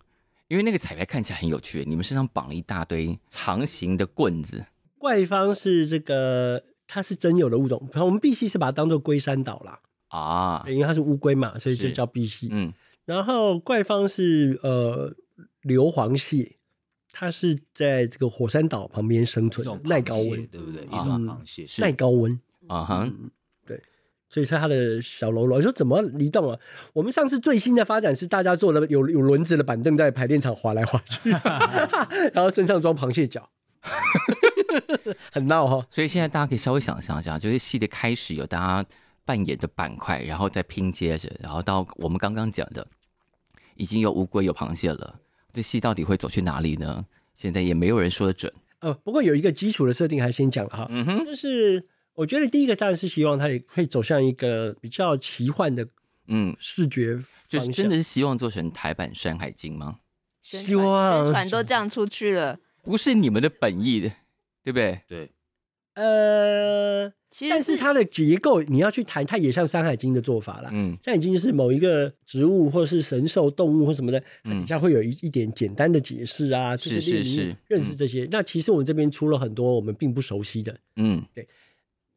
S1: 因为那个彩排看起来很有趣，你们身上绑了一大堆长形的棍子，
S2: 怪方是这个，它是真有的物种，我们碧玺是把它当做龟山岛啦，
S1: 啊
S2: 对，因为它是乌龟嘛，所以
S1: 是
S2: 就叫碧玺。
S1: 嗯，
S2: 然后怪方是呃硫磺蟹，它是在这个火山岛旁边生
S4: 一
S2: 存
S4: 种
S2: 的，耐
S4: 螃
S2: 高
S4: 蟹
S2: 温，
S4: 对不对？一
S1: 啊
S4: 种螃蟹
S2: 耐高温，
S1: 啊哈，
S2: 所以是它的小喽啰。你说怎么移动啊？我们上次最新的发展是大家坐了有有轮子的板凳在排练场滑来滑 去，然后身上装螃蟹脚，很闹哈、哦。
S1: 所以现在大家可以稍微想象一下，就是戏的开始有大家扮演的板块，然后再拼接着，然后到我们刚刚讲的，已经有乌龟有螃蟹了，这戏到底会走去哪里呢？现在也没有人说得准。
S2: 呃，不过有一个基础的设定还先讲了哈，
S1: 嗯哼，
S2: 就是我觉得第一个当然是希望它也会走向一个比较奇幻的
S1: 嗯，
S2: 视觉
S1: 就
S2: 方
S1: 是
S2: 向，
S1: 真的是希望做成台版《山海经》吗？
S3: 宣
S2: 希
S3: 传
S2: 望啊
S3: 宣传都这样出去了，
S1: 不是你们的本意的，对不对？
S4: 对，
S2: 呃，
S3: 其实
S2: 但是它的结构你要去谈，它也像《山海经》的做法啦。
S1: 嗯
S2: 山海经》是某一个植物或是神兽、动物或什么的，它
S1: 嗯
S2: 底下会有一一点简单的解释啊，就是
S1: 是
S2: 令
S1: 是
S2: 你认识这些。那其实我们这边出了很多我们并不熟悉的，
S1: 嗯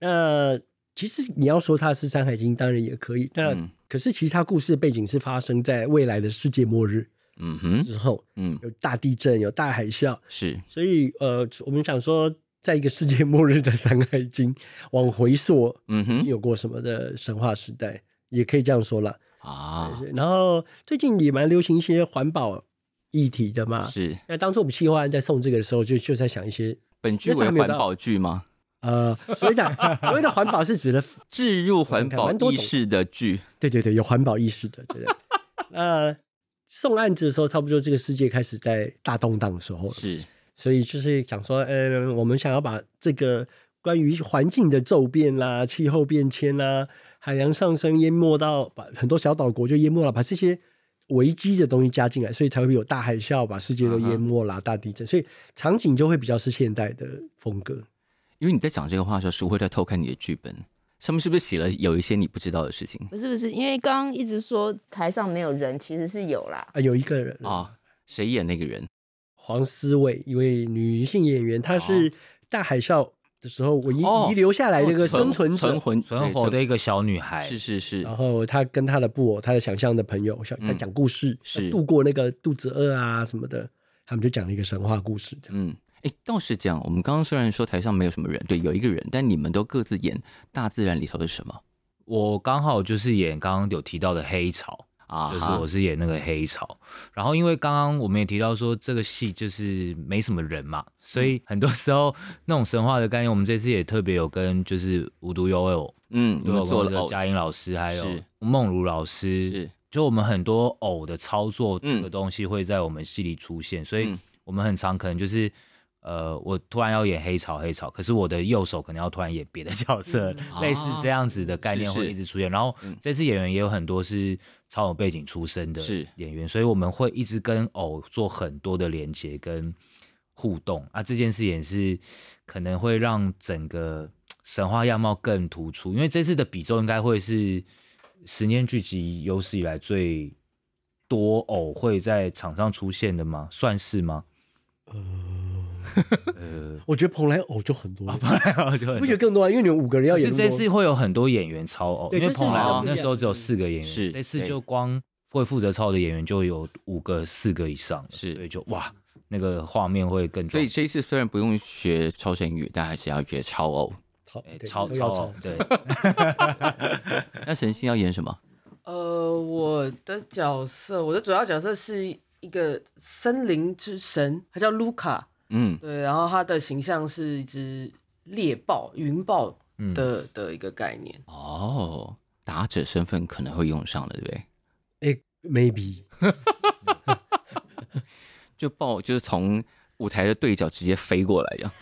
S2: 那其实你要说它是《山海经》，当然也可以。那、
S1: 嗯
S2: 可是其实它故事背景是发生在未来的世界末日
S1: 嗯哼，
S2: 之后，
S1: 嗯
S2: 有大地震，有大海啸，
S1: 是，
S2: 所以呃，我们想说，在一个世界末日的《山海经》，往回溯
S1: 嗯
S2: 一定
S1: 哼
S2: 有过什么的神话时代，也可以这样说啦。
S1: 啊，
S2: 然后最近也蛮流行一些环保议题的嘛。
S1: 是
S2: 那当初我们企划案在送这个的时候就，就在想一些
S1: 本剧
S2: 那时候
S1: 为
S2: 还没有
S1: 环
S2: 到
S1: 保剧吗？
S2: 呃，所谓的所谓的环保是指的
S1: 置入环保
S2: 蛮多
S1: 意
S2: 种
S1: 识的剧，
S2: 对对对，有环保意识的，对对。那送案子的时候，差不多这个世界开始在大动荡的时候了，
S1: 是
S2: 所以就是想说，呃，我们想要把这个关于环境的骤变啦、气候变迁啦、海洋上升淹没到把很多小岛国就淹没了，把这些危机的东西加进来，所以才会有大海啸把世界
S1: 嗯
S2: 都淹没啦、大地震，所以场景就会比较是现代的风格。
S1: 因为你在讲这个话的时候，淑慧在偷看你的剧本，上面是不是写了有一些你不知道的事情
S3: 不是不是，因为刚刚一直说台上没有人，其实是有啦。
S2: 啊，有一个人
S1: 啊、谁演那个人？
S2: 黄思伟，一位女性演员，她
S1: 哦
S2: 是大海啸的时候我遗
S1: 哦
S2: 遗留下来的一个
S1: 哦
S2: 生存
S1: 存
S2: 者。
S1: 魂
S4: 存活的一个小女孩，
S1: 是是是
S2: 然后她跟她的布偶，她的想象的朋友，想
S1: 嗯
S2: 在讲故事，
S1: 是
S2: 度过那个肚子饿啊什么的，他们就讲了一个神话故事这样。
S1: 嗯，哎，倒是这样。我们刚刚虽然说台上没有什么人，对，有一个人，但你们都各自演大自然里头的什么
S4: 我刚好就是演刚刚有提到的黑潮，
S1: 啊哈？
S4: 就是我是演那个黑潮。然后因为刚刚我们也提到说这个戏就是没什么人嘛，所
S1: 嗯
S4: 以很多时候那种神话的概念，我们这次也特别有跟就是无独有偶，
S1: 嗯，你
S4: 有
S1: 们做
S4: 跟
S1: 了
S4: 那个
S1: 偶
S4: 嘉音老师还有
S1: 是
S4: 梦如老师，
S1: 是
S4: 就我们很多偶的操作
S1: 嗯
S4: 这个东西会在我们戏里出现，所以
S1: 嗯
S4: 我们很常可能就是。呃，我突然要演黑潮，黑潮，可是我的右手可能要突然演别的角色，
S1: 嗯
S4: 类似这样子的概念
S1: 是是
S4: 会一直出现。然后
S1: 嗯
S4: 这次演员也有很多是超偶背景出身的
S1: 是
S4: 演员，所以我们会一直跟偶做很多的连接跟互动啊。这件事也是可能会让整个神话样貌更突出，因为这次的比重应该会是十年剧集有史以来最多偶会在场上出现的吗？算是吗？ 呃，
S2: 我觉得蓬莱偶就很多，
S4: 呃，就很
S2: 不觉得更多啊？因为你们五个人要
S4: 可
S2: 演
S4: 是
S2: 那
S4: 这
S2: 么
S4: 次
S2: 多，
S4: 会有很多演员超偶，
S2: 对
S4: 因为
S2: 这次
S4: 蓬莱
S1: 比较
S4: 偶
S1: 不一
S4: 那
S2: 样
S4: 时候只有四个演员，
S1: 是
S4: 这次
S1: 对
S4: 就光会负责超偶的演员就有五个、四个以上了，
S1: 是
S4: 所以就哇，那个画面会更
S1: 所
S4: 壮
S1: 以这一次虽然不用学超声语，但还是要学超哦偶。
S2: 超
S4: 哎
S2: 对
S4: 超
S2: 都要
S4: 超
S2: 超
S4: 偶， 对，
S1: 那神仙要演什么？
S5: 呃，我的角色，我的主要角色是一个森林之神，他叫卢卡。
S1: 嗯
S5: 对，然后他的形象是一只猎豹、云豹
S4: 嗯，
S5: 的、的一个概念。
S1: 哦，打者身份可能会用上了，对不对？
S2: 哎，maybe
S1: 就爆就是从舞台的对角直接飞过来一样，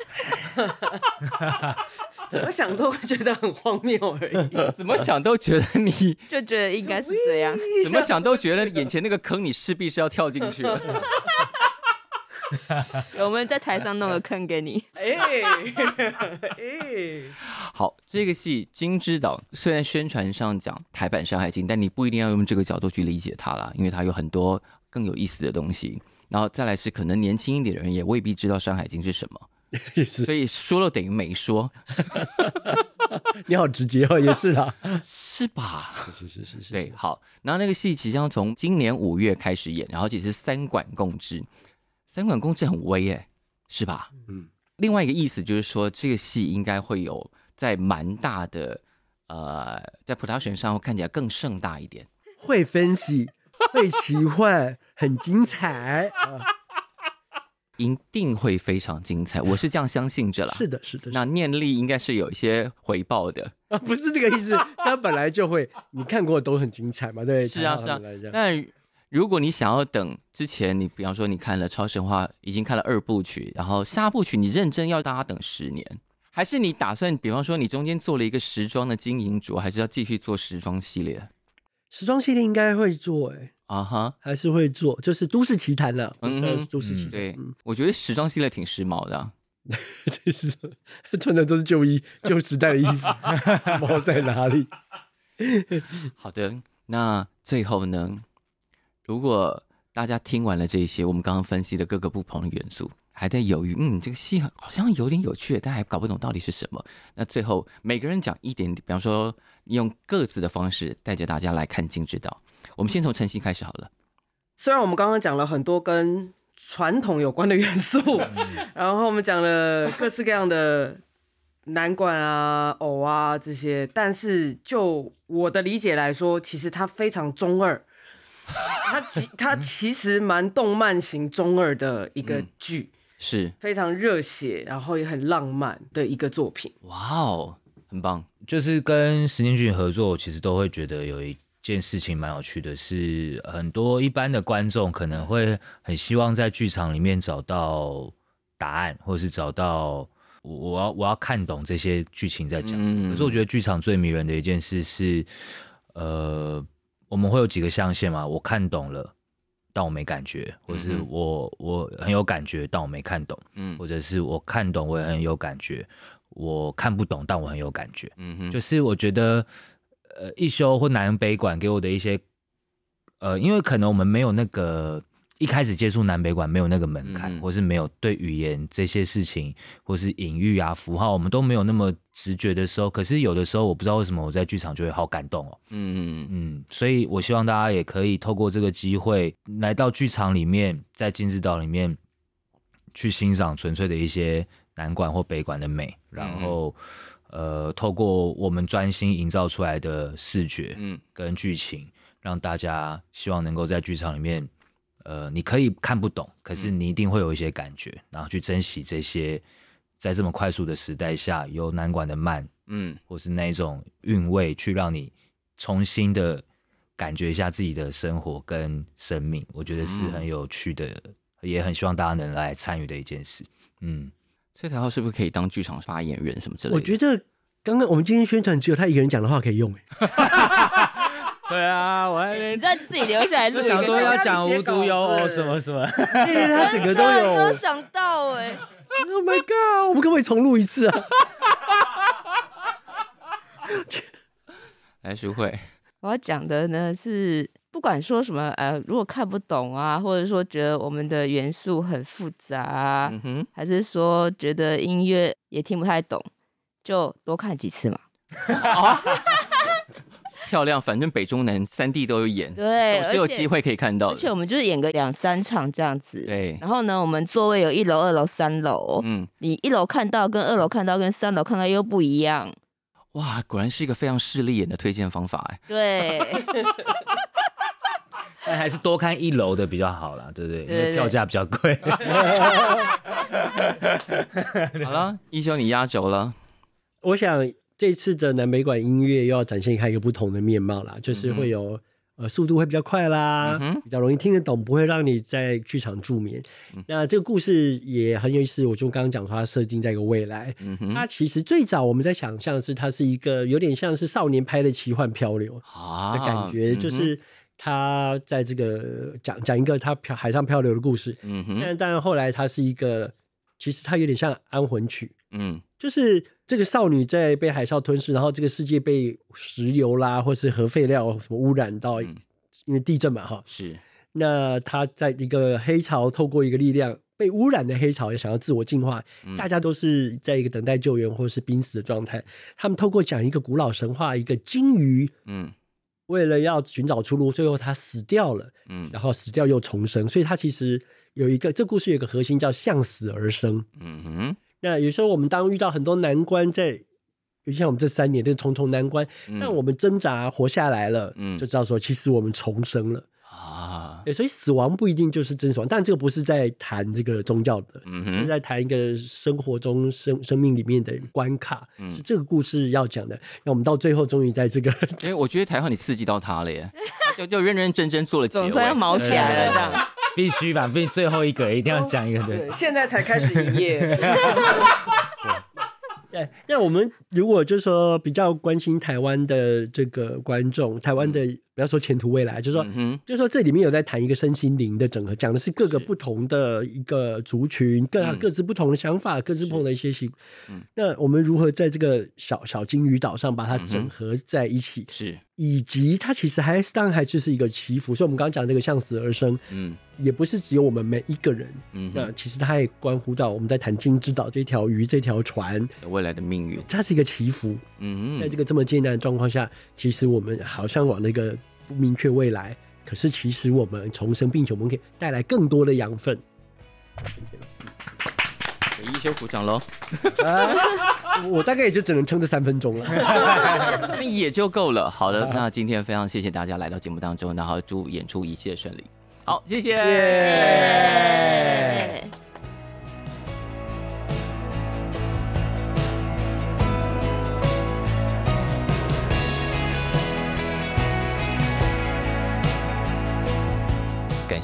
S5: 怎么想都会觉得很荒谬而已。
S1: 怎么想都觉得你
S3: 就觉得应该是这 样。
S1: 怎么想都觉得眼前那个坑你势必是要跳进去的。
S3: 我们在台上弄个坑给 你，
S5: 哎哎，
S1: 好，这个戏《金之岛》虽然宣传上讲台版《山海经》，但你不一定要用这个角度去理解它啦，因为它有很多更有意思的东西。然后再来是，可能年轻一点的人也未必知道《山海经》是什么，
S2: 也是。
S1: 所以说了等于没说，
S2: 你好直接哦，也是啦。
S1: 是吧？
S2: 是是是是
S1: 对，好，然后那个戏即将从今年五月开始演，然后其实是三管共治，三管共治很威哎、是吧？
S2: 嗯。
S1: 另外一个意思就是说，这个戏应该会有在蛮大的，呃，在 production 上会看起来更盛大一点。
S2: 会分析，会奇幻，很精彩。啊
S1: 一定会非常精彩，我是这样相信着啦。
S2: 是的，是的，
S1: 那念力应该是有一些回报的。
S2: 啊，不是这个意思，它本来就会，你看过都很精彩嘛，对，
S1: 是啊，是啊
S2: 谈到他们来。讲
S1: 那如果你想要等之前，你比方说你看了《超神话》，已经看了二部曲，然后下部曲你认真要大家等十年，还是你打算比方说你中间做了一个时装的金银镯，还是要继续做时装系列？
S2: 时装系列应该会做、欸，哎，
S1: 啊哈，
S2: 还是会做，就是都市奇谭了，
S1: 嗯
S2: 嗯，都市奇谭，
S1: 对
S2: 嗯，
S1: 我觉得时装系列挺时髦的啊、
S2: 就是穿的都是旧衣、旧时代的衣服， 猫在哪 里？
S1: 好的，那最后呢，如果大家听完了这些我们刚刚分析的各个不同的元素，还在犹豫，嗯，这个戏好像有点有趣，但还搞不懂到底是什么。那最后每个人讲一点，比方说用各自的方式带着大家来看《金之岛》。我们先从晨曦开始好了。
S5: 虽然我们刚刚讲了很多跟传统有关的元素， 然后我们讲了各式各样的南管啊、偶啊这些，但是就我的理解来说，其实它非常中二。它其它其实蛮动漫型中二的一个
S1: 嗯
S5: 剧，
S1: 是，
S5: 非常热血，然后也很浪漫的一个作品。
S1: 哇哦，很棒，
S4: 就是跟石井俊合作，我其实都会觉得有一件事情蛮有趣的是，很多一般的观众可能会很希望在剧场里面找到答案，或是找到我我要我要看懂这些剧情在讲什么。
S1: 嗯
S4: 可是我觉得剧场最迷人的一件事是，呃，我们会有几个象限嘛，我看懂了。但我没感觉，或是
S1: 嗯哼
S4: 我我很有感觉，但我没看懂，
S1: 嗯
S4: 或者是我看懂我也很有感觉，我看不懂但我很有感觉。
S1: 嗯哼，
S4: 就是我觉得，呃，一休或南北馆给我的一些，呃，因为可能我们没有那个一开始接触南北馆没有那个门
S1: 嗯
S4: 槛，或是没有对语言这些事情，或是隐喻啊、符号，我们都没有那么直觉的时候，可是有的时候我不知道为什么我在剧场就会好感动哦，
S1: 嗯嗯
S4: 嗯，所以我希望大家也可以透过这个机会来到剧场里面，在金之岛里面去欣赏纯粹的一些南馆或北馆的美，然后、呃，透过我们专心营造出来的视觉
S1: 嗯
S4: 跟剧情，让大家希望能够在剧场里面，呃，你可以看不懂，可是你一定会有一些感觉，然后去珍惜这些在这么快速的时代下，由南馆的慢
S1: 嗯
S4: 或是那一种韵味，去让你重新的感觉一下自己的生活跟生命，我觉得是很有趣的，也很希望大家能来参与的一件事。嗯，
S1: 崔台浩是不是可以当剧场发言人什么之类的？
S2: 我觉得刚刚我们今天宣传只有他一个人讲的话可以 用、欸，
S6: 对啊，我在那
S3: 你
S6: 边
S3: 知道自己留下来录
S6: 就
S3: 一
S6: 想说
S3: 个，
S6: 要讲无独有偶什么什么，
S2: 哎， 对对，他整个都有。
S3: 没有想到哎、
S2: Oh my god！我们可不可以重录一次啊？
S1: 来淑慧，
S3: 我要讲的呢是，不管说什么，呃，如果看不懂啊，或者说觉得我们的元素很复杂啊，
S1: 嗯哼，
S3: 还是说觉得音乐也听不太懂，就多看几次嘛。
S1: 漂亮，反正北中南三地都有演，
S3: 对，
S1: 总是有
S3: 哎而且
S1: 机会可以看到
S3: 而且我
S1: 的。
S3: 们就是演个两三场这样子。
S1: 对，
S3: 然后呢，我们座位有一楼、二楼、三楼，
S1: 嗯。
S3: 你一楼看到跟二楼看到跟三楼看到又不 一样。
S1: 哇，果然是一个非常势利眼的推荐方法哎。
S3: 对，
S4: 但还是多看一楼的比较好啦，对不对？因
S3: 对对
S4: 为票价比较贵。
S1: 好了，一休你压轴了，
S2: 我想这次的南北管音乐又要展现开一个不同的面貌啦，就是会有、呃速度会比较快啦，
S1: 嗯嗯哼
S2: 比较容易听得懂，不会让你在剧场助眠。
S1: 嗯
S2: 那这个故事也很有意思，我就刚刚讲说它设定在一个未来。
S1: 嗯哼，
S2: 它其实最早我们在想象是它是一个有点像是少年拍的奇幻漂流，
S1: 啊
S2: 的感觉，就，是他在这个讲讲一个他漂海上漂流的故事，
S1: 嗯哼，
S2: 但但后来他是一个，其实他有点像安魂曲，
S1: 嗯
S2: 就是这个少女在被海啸吞噬，然后这个世界被石油啦或是核废料什么污染到，
S1: 嗯
S2: 因为地震嘛哈，
S1: 是，
S2: 那他在一个黑潮透过一个力量。被污染的黑潮也想要自我净化，
S1: 嗯
S2: 大家都是在一个等待救援或是濒死的状态。他们透过讲一个古老神话，一个鲸鱼
S1: 嗯
S2: 为了要寻找出路，最后他死掉了，
S1: 嗯
S2: 然后死掉又重生，所以他其实有一个这故事有一个核心叫向死而生。
S1: 嗯哼，
S2: 那有时候我们当遇到很多难关在，尤其像我们这三年这重重难关，
S1: 嗯
S2: 但我们挣扎活下来了，
S1: 嗯
S2: 就知道说其实我们重生了。
S1: 啊，
S2: 对，所以死亡不一定就是真死亡，但这个不是在谈这个宗教的，
S1: 嗯
S2: 是
S1: 哼，
S2: 在谈一个生活中生生命里面的关卡，
S1: 嗯
S2: 是这个故事要讲的。那我们到最后终于在这个
S1: 哎、我觉得台湾你刺激到他了耶，他就就认认真真做了结尾，
S3: 总算要毛起来了这样。
S4: 必须吧，毕竟最后一个一定要讲一个对。
S5: 现在才开始营 业，
S2: 对，哎那我们如果就是说比较关心台湾的这个观众，台湾的不要说前途未来，就是说。
S1: 嗯哼，
S2: 就是说，这里面有在谈一个身心灵的整合，讲的是各个
S1: 是
S2: 不同的一个族群，各
S1: 嗯
S2: 各自不同的想法，各自不同的一些行
S1: 嗯。
S2: 那我们如何在这个小小金鱼岛上把它
S1: 嗯哼
S2: 整合在一起，
S1: 是，
S2: 以及它其实还当然还就是一个祈福。所以我们刚刚讲这个向死而生，
S1: 嗯
S2: 也不是只有我们每一个人，
S1: 嗯
S2: 那
S1: 哼，
S2: 其实它也关乎到我们在谈金之岛这条鱼、这条船，
S1: 未来的命运，
S2: 它是一个祈福。
S1: 嗯
S2: 在
S1: 哼
S2: 这，个这么艰难的状况下，其实我们好像往那个不明确未来，可是其实我们从生并且我们可以带来更多的养分。
S1: 给一休鼓掌喽，
S2: 我大概也就只能撑这三分钟了。
S1: 那也就够了。好 的，那今天非常谢谢大家来到节目当中，然后祝演出一切顺利。好，谢谢。
S3: 耶
S1: 感